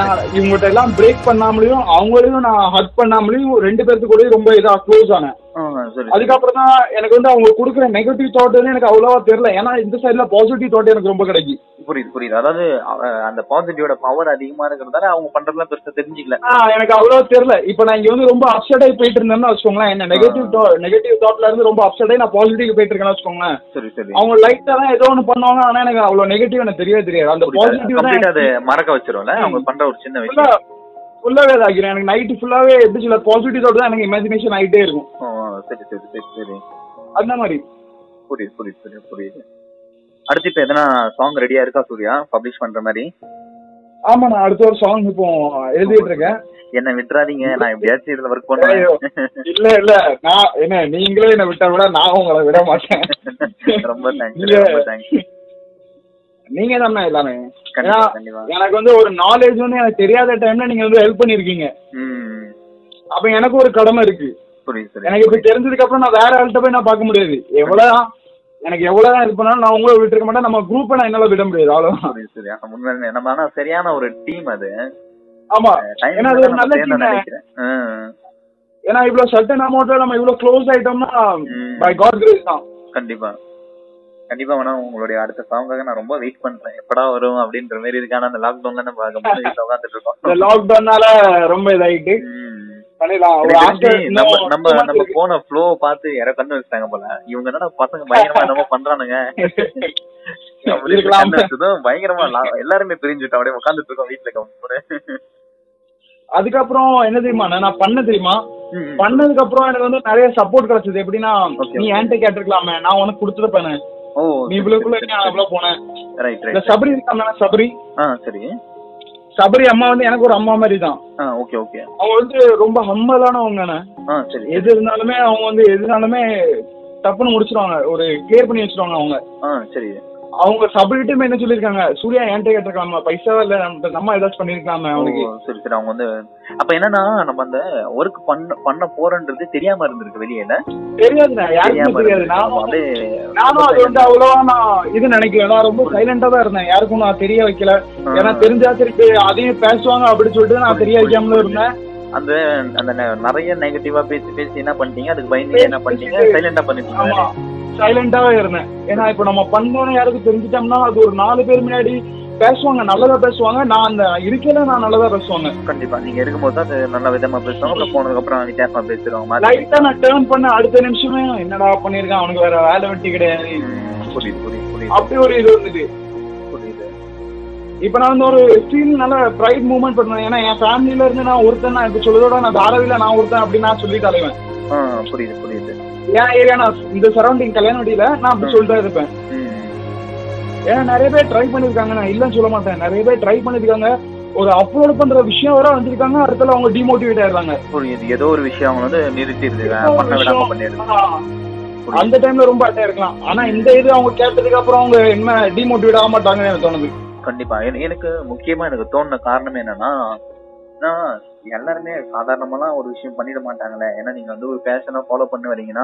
D: நான் இவங்ககிட்ட எல்லாம் பிரேக் பண்ணாமலையும் அவங்களையும் நான் ஹட் பண்ணாமலையும் ரெண்டு பேர்த்து கூடயும் ரொம்ப இதா க்ளோஸ் ஆனேன்
C: ஆ, சரி
D: அதுக்கப்புறம் தான் எனக்கு வந்து அவங்க கொடுக்குற நெகட்டிவ் தாட் வந்து எனக்கு அவ்வளவா தெரியல ஏன்னா இந்த சைடுல பாசிட்டிவ் தாட் எனக்கு ரொம்ப கிடைக்கும்
C: புரியுது புரியுது அதாவது அவ- அந்த பாசிட்டிவோட பவர் அதிகமா இருக்கிறதால அவங்க பண்றதுலாம் பெருசா தெரிஞ்சுக்கல
D: ஆ, எனக்கு அவ்வளவு தெரியல இப்ப நான் இங்க வந்து ரொம்ப அப்செட் ஆகி போயிட்டு இருந்தேன்னு வச்சுக்கோங்களேன் என்ன நெகட்டிவ் நெகட்டிவ் தாட்ல இருந்து ரொம்ப அப்செட் ஆகி நான் பாசிட்டிவ் போயிட்டு இருக்கேன்னு வச்சுக்கோங்களேன்
C: சரி சரி
D: அவங்க லைட்டா தான் ஏதோ ஒண்ணு பண்ணுவாங்க ஆனா எனக்கு அவ்வளவு நெகட்டிவ் எனக்கு தெரியவே தெரியாது அந்த பாசிட்டிவ்
C: கம்ப்ளீட்டா அது
D: தான்
C: மறக்க வச்சிரும்ல அவங்க பண்ற ஒரு சின்ன விஷயம்
D: ஃபுல்லா ஃபுல்லாவே இதாகிறேன் எனக்கு நைட்டு ஃபுல்லாவே எப்படி சொல்ல பாசிட்டிவ் தாட் தான் எனக்கு இமேஜினேஷன் ஆகிட்டே இருக்கும்
C: ஓ, சரி சரி சரி சரி
D: அந்த மாதிரி
C: புரியுது புரியுது புரியுது புரியுது அடுத்து இப்ப எதனா சாங் ரெடியா இருக்கா சூர்யா பப்ளிஷ் பண்ற மாதிரி
D: ஆமா நான் அடுத்த ஒரு சாங் இப்போ எழுதிட்டு இருக்கேன்
C: என்ன விட்டுறாதீங்க நான் எப்படியாச்சும் இதுல ஒர்க் பண்ணுவேன்
D: ஐயோ, இல்ல இல்ல நான் என்ன நீங்களே என்ன விட்டா விட நான் உங்களை விட மாட்டேன்
C: (laughs) ரொம்ப தேங்க்ஸ்
D: நீங்க-
C: ரொம்ப தேங்க்ஸ்
D: நீங்க தானே எல்லாமே
C: கண்டிப்பா
D: ஏன்னா-
C: கண்டிப்பா
D: எனக்கு வந்து ஒரு நாலேஜ் வந்து எனக்கு தெரியாத டைம்ல நீங்க வந்து ஹெல்ப் பண்ணிருக்கீங்க
C: ம்
D: அப்ப எனக்கு ஒரு கடமை இருக்கு
C: புரியுது புரியுது
D: எனக்கு இப்ப தெரிஞ்சதுக்கு அப்புறம் நான் வேற ஆள்கிட்ட போய் நான் பார்க்க முடியாது எவ்வளவுதான் எனக்கு எவ்வளவுதான் இது பண்ணாலும் நான் உங்களை விட்டுருக்க மாட்டேன் நம்ம குரூப்பை நான் என்னால விட முடியாது அவ்வளவுதான்
C: புரியுது சரி ஆனா உண்மையிலே நம்ம ஆனா சரியான ஒரு டீம் அது
D: ஆமா
C: Time
D: ஏன்னா அது
C: மட்டும் நம்ம
D: ஒரு நல்ல
C: சேர்ந்தா
D: team.
C: நினைக்கிறேன் ஆ,
D: ஏன்னா இவ்வளவு சர்டன் அமௌண்ட்ல நம்ம இவ்வளவு க்ளோஸ் ஆயிட்டோம்னா
C: ம்.
D: பை காட் கிரேஸ் தான்
C: கண்டிப்பா கண்டிப்பா வேணா உங்களுடைய அடுத்த சாங்காக நான் ரொம்ப வெயிட் பண்றேன் எப்படா வரும் அப்படின்ற மாதிரி இதுக்கான அந்த லாக்டவுன்ல நம்ம கம்பெனி வீட்டுல உட்காந்துட்டு
D: (laughs) இந்த
C: இருக்கோம்
D: லாக்டவுனால ரொம்ப இதாயிட்டு
C: ம்.
D: பண்ணிடலாம் ஒரு
C: எனக்கு
D: after
C: தெரிஞ்சு
D: இன்னும்
C: நம்ம
D: two
C: நம்ம
D: months
C: நம்ம
D: இருக்கு.
C: போன ஃப்ளோ பார்த்து யாரோ கண்ணு வச்சுட்டாங்க போல இவங்க என்னடா பசங்க
D: (laughs)
C: பயங்கரமா என்னமோ பண்றானுங்க அப்படி சொல்லி
D: இருக்கலாம்.
C: கண்ணு வச்சதும் பயங்கரமா லா- எல்லாருமே பிரிஞ்சுட்டோம் அப்படியே உட்காந்துட்டு இருக்கோம் வீட்டுல கம்முனு.
D: (laughs) அதுக்கப்புறம் என்ன தெரியுமா நான் நான் பண்ண தெரியுமா
C: ம், ம்.
D: பண்ணதுக்கு அப்புறம் எனக்கு வந்து நிறைய சப்போர்ட் கிடைச்சது எப்படின்னா
C: Okay,
D: நீ
C: okay.
D: ஏன்ட்ட கேட்டிருக்கலாமே நான் உனக்கு கொடுத்துருப்பேன்
C: ஓ
D: நீ இவ்வளவுக்குள்ள இருக்க, நான் அவ்வளவு போனேன்
C: ரைட்
D: இந்த
C: ரைட்
D: சபரி இருக்காங்க சபரி
C: ஆ சரி
D: சபரி அம்மா வந்து எனக்கு ஒரு அம்மா மாதிரி தான்
C: ஆ ஓகே ஓகே
D: அவங்க வந்து ரொம்ப ஹம்மலானவங்க
C: ஆ சரி
D: எது இருந்தாலுமே அவங்க வந்து எதுனாலுமே டப்புன்னு முடிச்சிருவாங்க ஒரு கிளியர் பண்ணி வச்சிருவாங்க அவங்க
C: ஆ சரி
D: அவங்க சபரிட்டுமே என்ன சொல்லியிருக்காங்க சூர்யா என்கிட்ட கேட்டிருக்காங்க பைசா இல்ல நம்ம- நம்ம ஏதாச்சும் பண்ணிருக்கலாமே
C: ஓ,
D: அவனுக்கு
C: சரி சரி அவங்க வந்து அப்ப என்னன்னா நம்ம அந்த ஒர்க் பண்ண பண்ண போறன்றது தெரியாம இருந்திருக்கு வெளியில
D: தெரியாதுண்ணா யாருக்கும்
C: தெரியாம
D: தெரியாது
C: இருந்திருக்கு.
D: நானும்
C: ஆமா,
D: வந்து-
C: அப்படியே
D: நானும் அது வந்து அவ்வளவா நான் இது நினைக்கல நான் ரொம்ப சைலண்டா தான் இருந்தேன் யாருக்கும் நான் தெரிய வைக்கல ஏன்னா தெரிஞ்சா திருப்பி அதையும் பேசுவாங்க அப்படின்னு சொல்லிட்டு நான் தெரிய வைக்காமலும் இருந்தேன்
C: அந்த அந்த நெ- நிறைய நெகட்டிவா பேசி பேசி என்ன பண்ணிட்டீங்க அதுக்கு பயந்து என்ன பண்ணிட்டீங்க
D: பேசி-
C: சைலண்டா பண்ணிட்டீங்க
D: ஆமா சைலண்டாவே இருந்தேன் ஏன்னா இப்ப நம்ம பண்ணோம்னு யாருக்கும் தெரிஞ்சுட்டோம்னா அது ஒரு நாலு பேர் முன்னாடி பேசுவாங்க நல்லதா பேசுவாங்க நான் அந்த இருக்கையில நான் நல்லதா பேசுவாங்க
C: கண்டிப்பா நீங்க இருக்கும்போது தான் அது நல்ல விதமா பேசுவாங்க அப்புறம் போனதுக்கு அப்புறம் வித்தியாசமா பேசுறவங்க மாதிரி
D: லைட்டா நான் டேர்ன் பண்ண அடுத்த நிமிஷமே என்னடா பண்ணிருக்கான் அவனுக்கு வேற வேலை வெட்டி கிடையாது
C: ம், புரியுது புரியுது புரியுது
D: அப்படி ஒரு இது இருந்தது
C: புரியுது
D: இப்ப நான் வந்து ஒரு ஃபீல் நல்ல ப்ரைட் மூவ்மெண்ட் பண்ணுவேன் ஏன்னா என் ஃபேமிலில இருந்து நான் ஒருத்தன் நான் இப்ப சொல்றதோட நான் தாராவில நான் ஒருத்தன் அப்படின்னு நான் சொல்லி தலைவேன்
C: ஆ புரியுது புரியுது
D: என் ஏரியா நான் இந்த சரௌண்டிங் கல்யாணடியில நான் அப்படி சொல்லிட்டு தான் இருப்பேன்
C: ம்,
D: ஏன்னா நிறைய பேர் ட்ரை பண்ணிருக்காங்க நான் இல்லைன்னு சொல்ல மாட்டேன் நிறைய பேர் ட்ரை பண்ணிருக்காங்க ஒரு அப்லோட் பண்ற விஷயம் வர வந்திருக்காங்க அடுத்தல அவங்க டிமோட்டிவேட் ஆயிடுறாங்க
C: புரியுது ஏதோ ஒரு விஷயம் அவங்க வந்து நிறுத்திடுது
D: ஏதோ ஒரு
C: பண்ண விடாம
D: விஷயம்.
C: பண்ணிடுது
D: ஆனா, அந்த டைம்ல ரொம்ப அட்டா இருக்கலாம் ஆனா இந்த இது அவங்க கேட்டதுக்கு அப்புறம் அவங்க என்ன டிமோட்டிவேட் ஆக மாட்டாங்கன்னு எனக்கு தோணுது
C: கண்டிப்பா என- எனக்கு முக்கியமா எனக்கு தோணுன காரணம் என்னன்னா நான் எல்லாருமே சாதாரணமெல்லாம் ஒரு விஷயம் பண்ணிட மாட்டாங்களே ஏன்னா நீங்க வந்து ஒரு பேஷனா ஃபாலோ பண்ண வரீங்கன்னா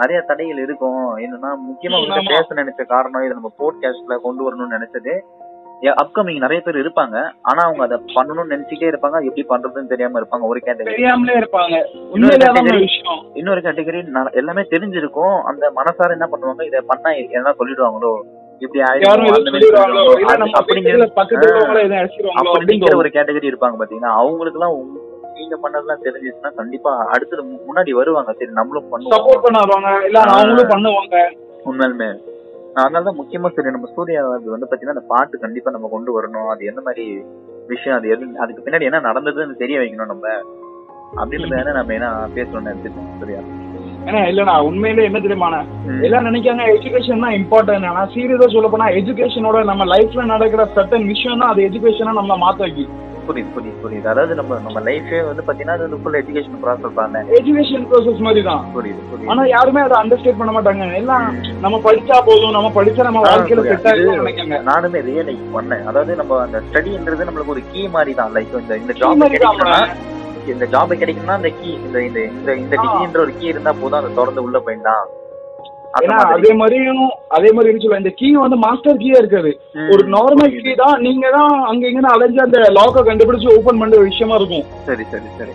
C: நிறைய தடைகள் இருக்கும் என்னன்னா முக்கியமா
D: ம்,
C: வந்து
D: ஆமா.
C: பேச நினைச்ச காரணம் இது நம்ம போட்காஸ்ட்ல கொண்டு வரணும்னு நினைச்சது அப்கமிங் நிறைய பேர் இருப்பாங்க ஆனா அவங்க அதை பண்ணணும்னு நினைச்சிட்டே இருப்பாங்க எப்படி பண்றதுன்னு தெரியாம இருப்பாங்க ஒரு கேட்டகரி
D: தெரியாமலே இருப்பாங்க உண்மையிலே அதான் ஒரு
C: category.
D: விஷயம்
C: இன்னொரு கேட்டகரி எல்லாமே தெரிஞ்சிருக்கும் அந்த மனசார என்ன பண்ணுவாங்க இதை பண்ணா என்ன சொல்லிடுவாங்களோ இப்படி
D: யாரும்
C: ஆயிடும்
D: எதுவும்
C: அந்த மாதிரி
D: சொல்லிடுவாங்களோ இல்ல
C: சொல்லிடுவாங்க.
D: நம்ம
C: அப்படிங்கிற
D: வீட்டுல பக்கத்துல உள்ளவங்கள எதுவும் அடிச்சிருவாங்களோ அப்படின்னு
C: அப்படிங்கிற ஒரு கேட்டகரி இருப்பாங்க பாத்தீங்கன்னா அவங்களுக்கு எல்லாம் நீங்க பண்ணதெல்லாம் தெரிஞ்சிச்சுன்னா கண்டிப்பா அடுத்தது மு- முன்னாடி வருவாங்க சரி நம்மளும் பண்ணுவோம்
D: சப்போர்ட் பண்ண வருவாங்க இல்ல அவங்களும் பண்ணுவாங்க
C: உண்மையுமே நான் அதனாலதான் முக்கியமா சரி நம்ம சூர்யா அது வந்து பாத்தீங்கன்னா அந்த பாட்டு கண்டிப்பா நம்ம கொண்டு வரணும் அது என்ன மாதிரி விஷயம் அது எது அதுக்கு பின்னாடி என்ன நடந்ததுன்னு தெரிய வைக்கணும் நம்ம அப்படின்றது வேணா நம்ம என்ன பேசணும்னு நினைச்சிருக்கோம் சரியா
D: ஏன்னா இல்லண்ணா உண்மையிலே என்ன தெரியுமாண்ணா எல்லாம் நினைக்காங்க எஜுகேஷன் தான் இம்பார்ட்டன்ட் ஆனா சீரியஸா சொல்ல போனா எஜுகேஷனோட நம்ம லைஃப்ல நடக்கிற சட்டன் விஷயம் தான் அது எஜுகேஷனா நம்ம மாத்த வைக்கும்
C: புரியுது புரியுது புரியுது அதாவது நம்ம நம்ம லைஃபே வந்து பாத்தீங்கன்னா அது ஃபுல் எஜுகேஷன் ப்ராசஸ் தானே
D: எஜுகேஷன் ப்ரோசஸ் மாதிரி தான்
C: புரியுது புரியுது
D: ஆனா யாருமே அதை அண்டர்ஸ்டாண்ட் பண்ண மாட்டாங்க எல்லாம் நம்ம படிச்சா போதும் நம்ம படிச்சா நம்ம
C: ஆ,
D: வாழ்க்கையில
C: புரியுது.
D: செட் ஆகும் நினைக்காங்க
C: நானுமே ரியலைஸ் பண்ணேன் அதாவது நம்ம அந்த ஸ்டடின்றது நம்மளுக்கு ஒரு கீ மாதிரி தான் லைக் இந்த இந்த
D: இது
C: ஜாப்
D: மாதிரி தான்
C: கிடைக்கணும்னா இந்த ஜாப் கிடைக்கணும்னா இந்த கீ இந்த இந்த இந்த இந்த
D: ஆ.
C: டிகிரின்ற ஒரு கீ இருந்தா போதும் அதை திறந்து உள்ள போயிடலாம் அந்த
D: ஏன்னா
C: மாதிரி
D: அதே மாதிரியும் அதே மாதிரி என்ன சொல்ல இந்த கீ வந்து மாஸ்டர் கீயா இருக்காது
C: ம்,
D: ஒரு நார்மல் கீ தான் நீங்க தான் அங்க இங்கன்னு அலைஞ்சு அந்த லாக்கை கண்டுபிடிச்சு ஓபன் பண்ற விஷயமா இருக்கும்
C: சரி சரி சரி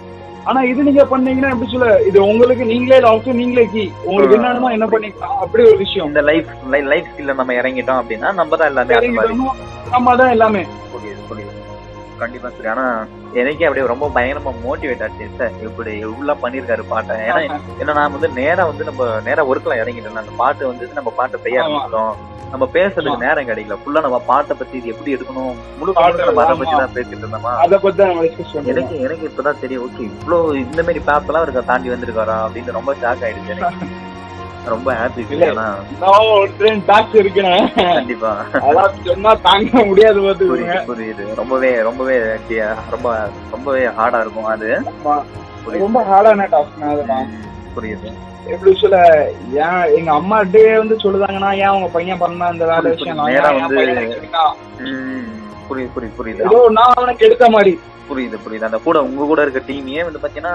D: ஆனா இது நீங்க பண்ணீங்கன்னா எப்படி சொல்ல இது உங்களுக்கு நீங்களே லாக்கு நீங்களே கீ உங்களுக்கு
C: ஆ.
D: என்னன்னா என்ன பண்ணிக்கலாம் அப்படி ஒரு விஷயம்
C: இந்த லைஃப் லைஃப் ஸ்கில்ல நம்ம இறங்கிட்டோம் அப்படின்னா நம்ம தான் எல்லாமே அந்த மாதிரி
D: நம்ம தான் எல்லாமே
C: புரியுது புரியுது கண்டிப்பா சரி ஆனா எனக்கே அப்படியே ரொம்ப பயங்கரமா மோட்டிவேட் ஆச்சு சார் இப்படி எவ்வளோ பண்ணியிருக்காரு பாட்டை ஏன்னா ஏன்னா நான் வந்து நேரா வந்து நம்ம நேரா ஒர்க்கில் இறங்கிட்டேன் அந்த பாட்டு வந்து நம்ம பாட்டு பெய்ய
D: ஆமா.
C: ஆரம்பிச்சிட்டோம் நம்ம பேசுறதுக்கு நேரம் கிடைக்கல ஃபுல்லா நம்ம பாட்டை பத்தி இது எப்படி எடுக்கணும் முழு பாட்டு நம்ம அதை பத்தி தான் பேசிட்டு இருந்தோமா
D: அத பத்தி தான் நம்ம டிஸ்கஸ் பண்ணுவோம்
C: எனக்கு எனக்கு இப்பதான் தெரியும் ஓகே இவ்வளோ இந்த மாதிரி பேப்பெல்லாம் இருக்க தாண்டி வந்திருக்காரா அப்படின்னு ரொம்ப ஷாக் ஆயிடுச்சு
D: (laughs)
C: எனக்கு ரொம்ப ஹாப்பி
D: இல்ல.
C: ஏன்னா
D: நான் ஒரு ட்ரெயின் டாக்ஸ் இருக்கிறேன் (laughs)
C: கண்டிப்பா
D: அதான் சொன்னா தாங்க முடியாது பாத்துக்கோங்க
C: புரியுது புரியுது ரொம்பவே ரொம்பவே ரொம்ப ரொம்பவே ஹார்டா இருக்கும் அது
D: ஆமா. ரொம்ப ஹார்டான டாஸ்க் அதெல்லாம்
C: புரியுது
D: எப்படி சொல்ல ஏன் எங்க அம்மாட்டே வந்து சொல்லுதாங்கன்னா ஏன் உங்க பையன் பண்ணா இந்த வேலை விஷயம் நான்
C: நேரா
D: ஏன் என்
C: வந்து-
D: பையனை கெடுத்தா?
C: ம், புரியுது புரியுது புரியுது
D: ஏதோ நான் அவனை கெடுத்த மாதிரி
C: புரியுது புரியுது அந்த கூட உங்க கூட இருக்க டீமையே வந்து பாத்தீங்கன்னா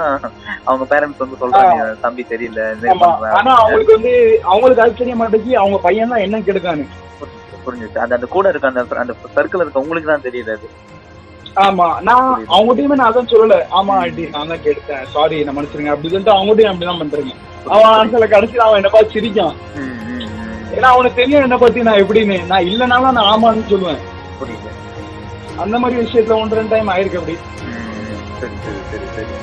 C: அவங்க பேரண்ட்ஸ் வந்து சொல்றாங்க தம்பி தெரியல இது
D: ஆமா
C: பண்றான்."
D: ஆனா அவங்களுக்கு வந்து அவங்களுக்கு அது தெரிய மாட்டேங்குது அவங்க பையன் தான் என்ன கெடுக்கான்னு
C: புரிஞ்சுச்சு, புரிஞ்சுச்சு அந்த அந்த கூட இருக்க அந்த அந்த சர்க்கிள் இருக்க உங்களுக்கு தான் தெரியல அது
D: ஆமா நான் அவங்ககிட்டயுமே நான் அதான் சொல்லல ஆமா ஆண்டி நான் தான் கெடுத்தேன் சாரி நான் மன்னிச்சிருங்க அப்படி சொல்லிட்டு அவங்ககிட்டயும் அப்படிதான் பண்றேன் அவன் சில கடைசியில் அவன் என்ன பார்த்து சிரிக்கான்
C: ம், ம், ம்.
D: ஏன்னா அவனுக்கு தெரியும் என்ன பத்தி நான் எப்படின்னு நான் இல்லைனாலும் நான் ஆமான்னு சொல்லுவேன்
C: புரியுது
D: அந்த மாதிரி விஷயத்துல ஒன்று ரெண்டு டைம் ஆயிருக்கு அப்படி
C: ம், சரி சரி சரி சரி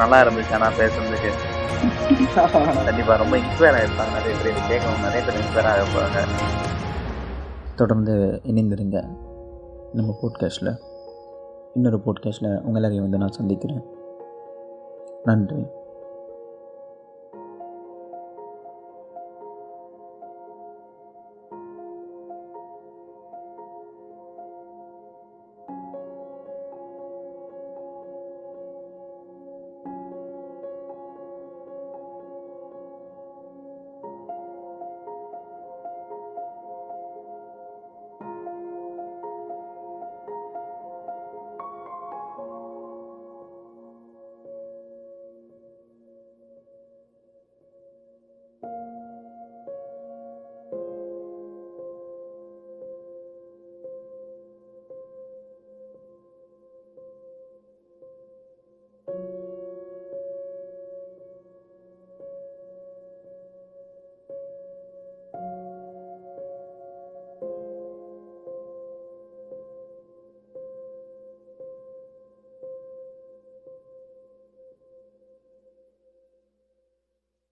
C: நல்லா இருந்துச்சு ஆனா பேசுறதுக்கு கண்டிப்பா ரொம்ப இன்ஸ்பயர் ஆயிருப்பாங்க நிறைய பேர் கேட்கணும் நிறைய பேர் இன்ஸ்பயர் ஆகிருப்பாங்க
A: தொடர்ந்து இணைந்திருங்க நம்ம போட்காஸ்ட்டில் இன்னொரு போட்காஸ்ட்டில் உங்கள் எல்லாரையும் வந்து நான் சந்திக்கிறேன் நன்றி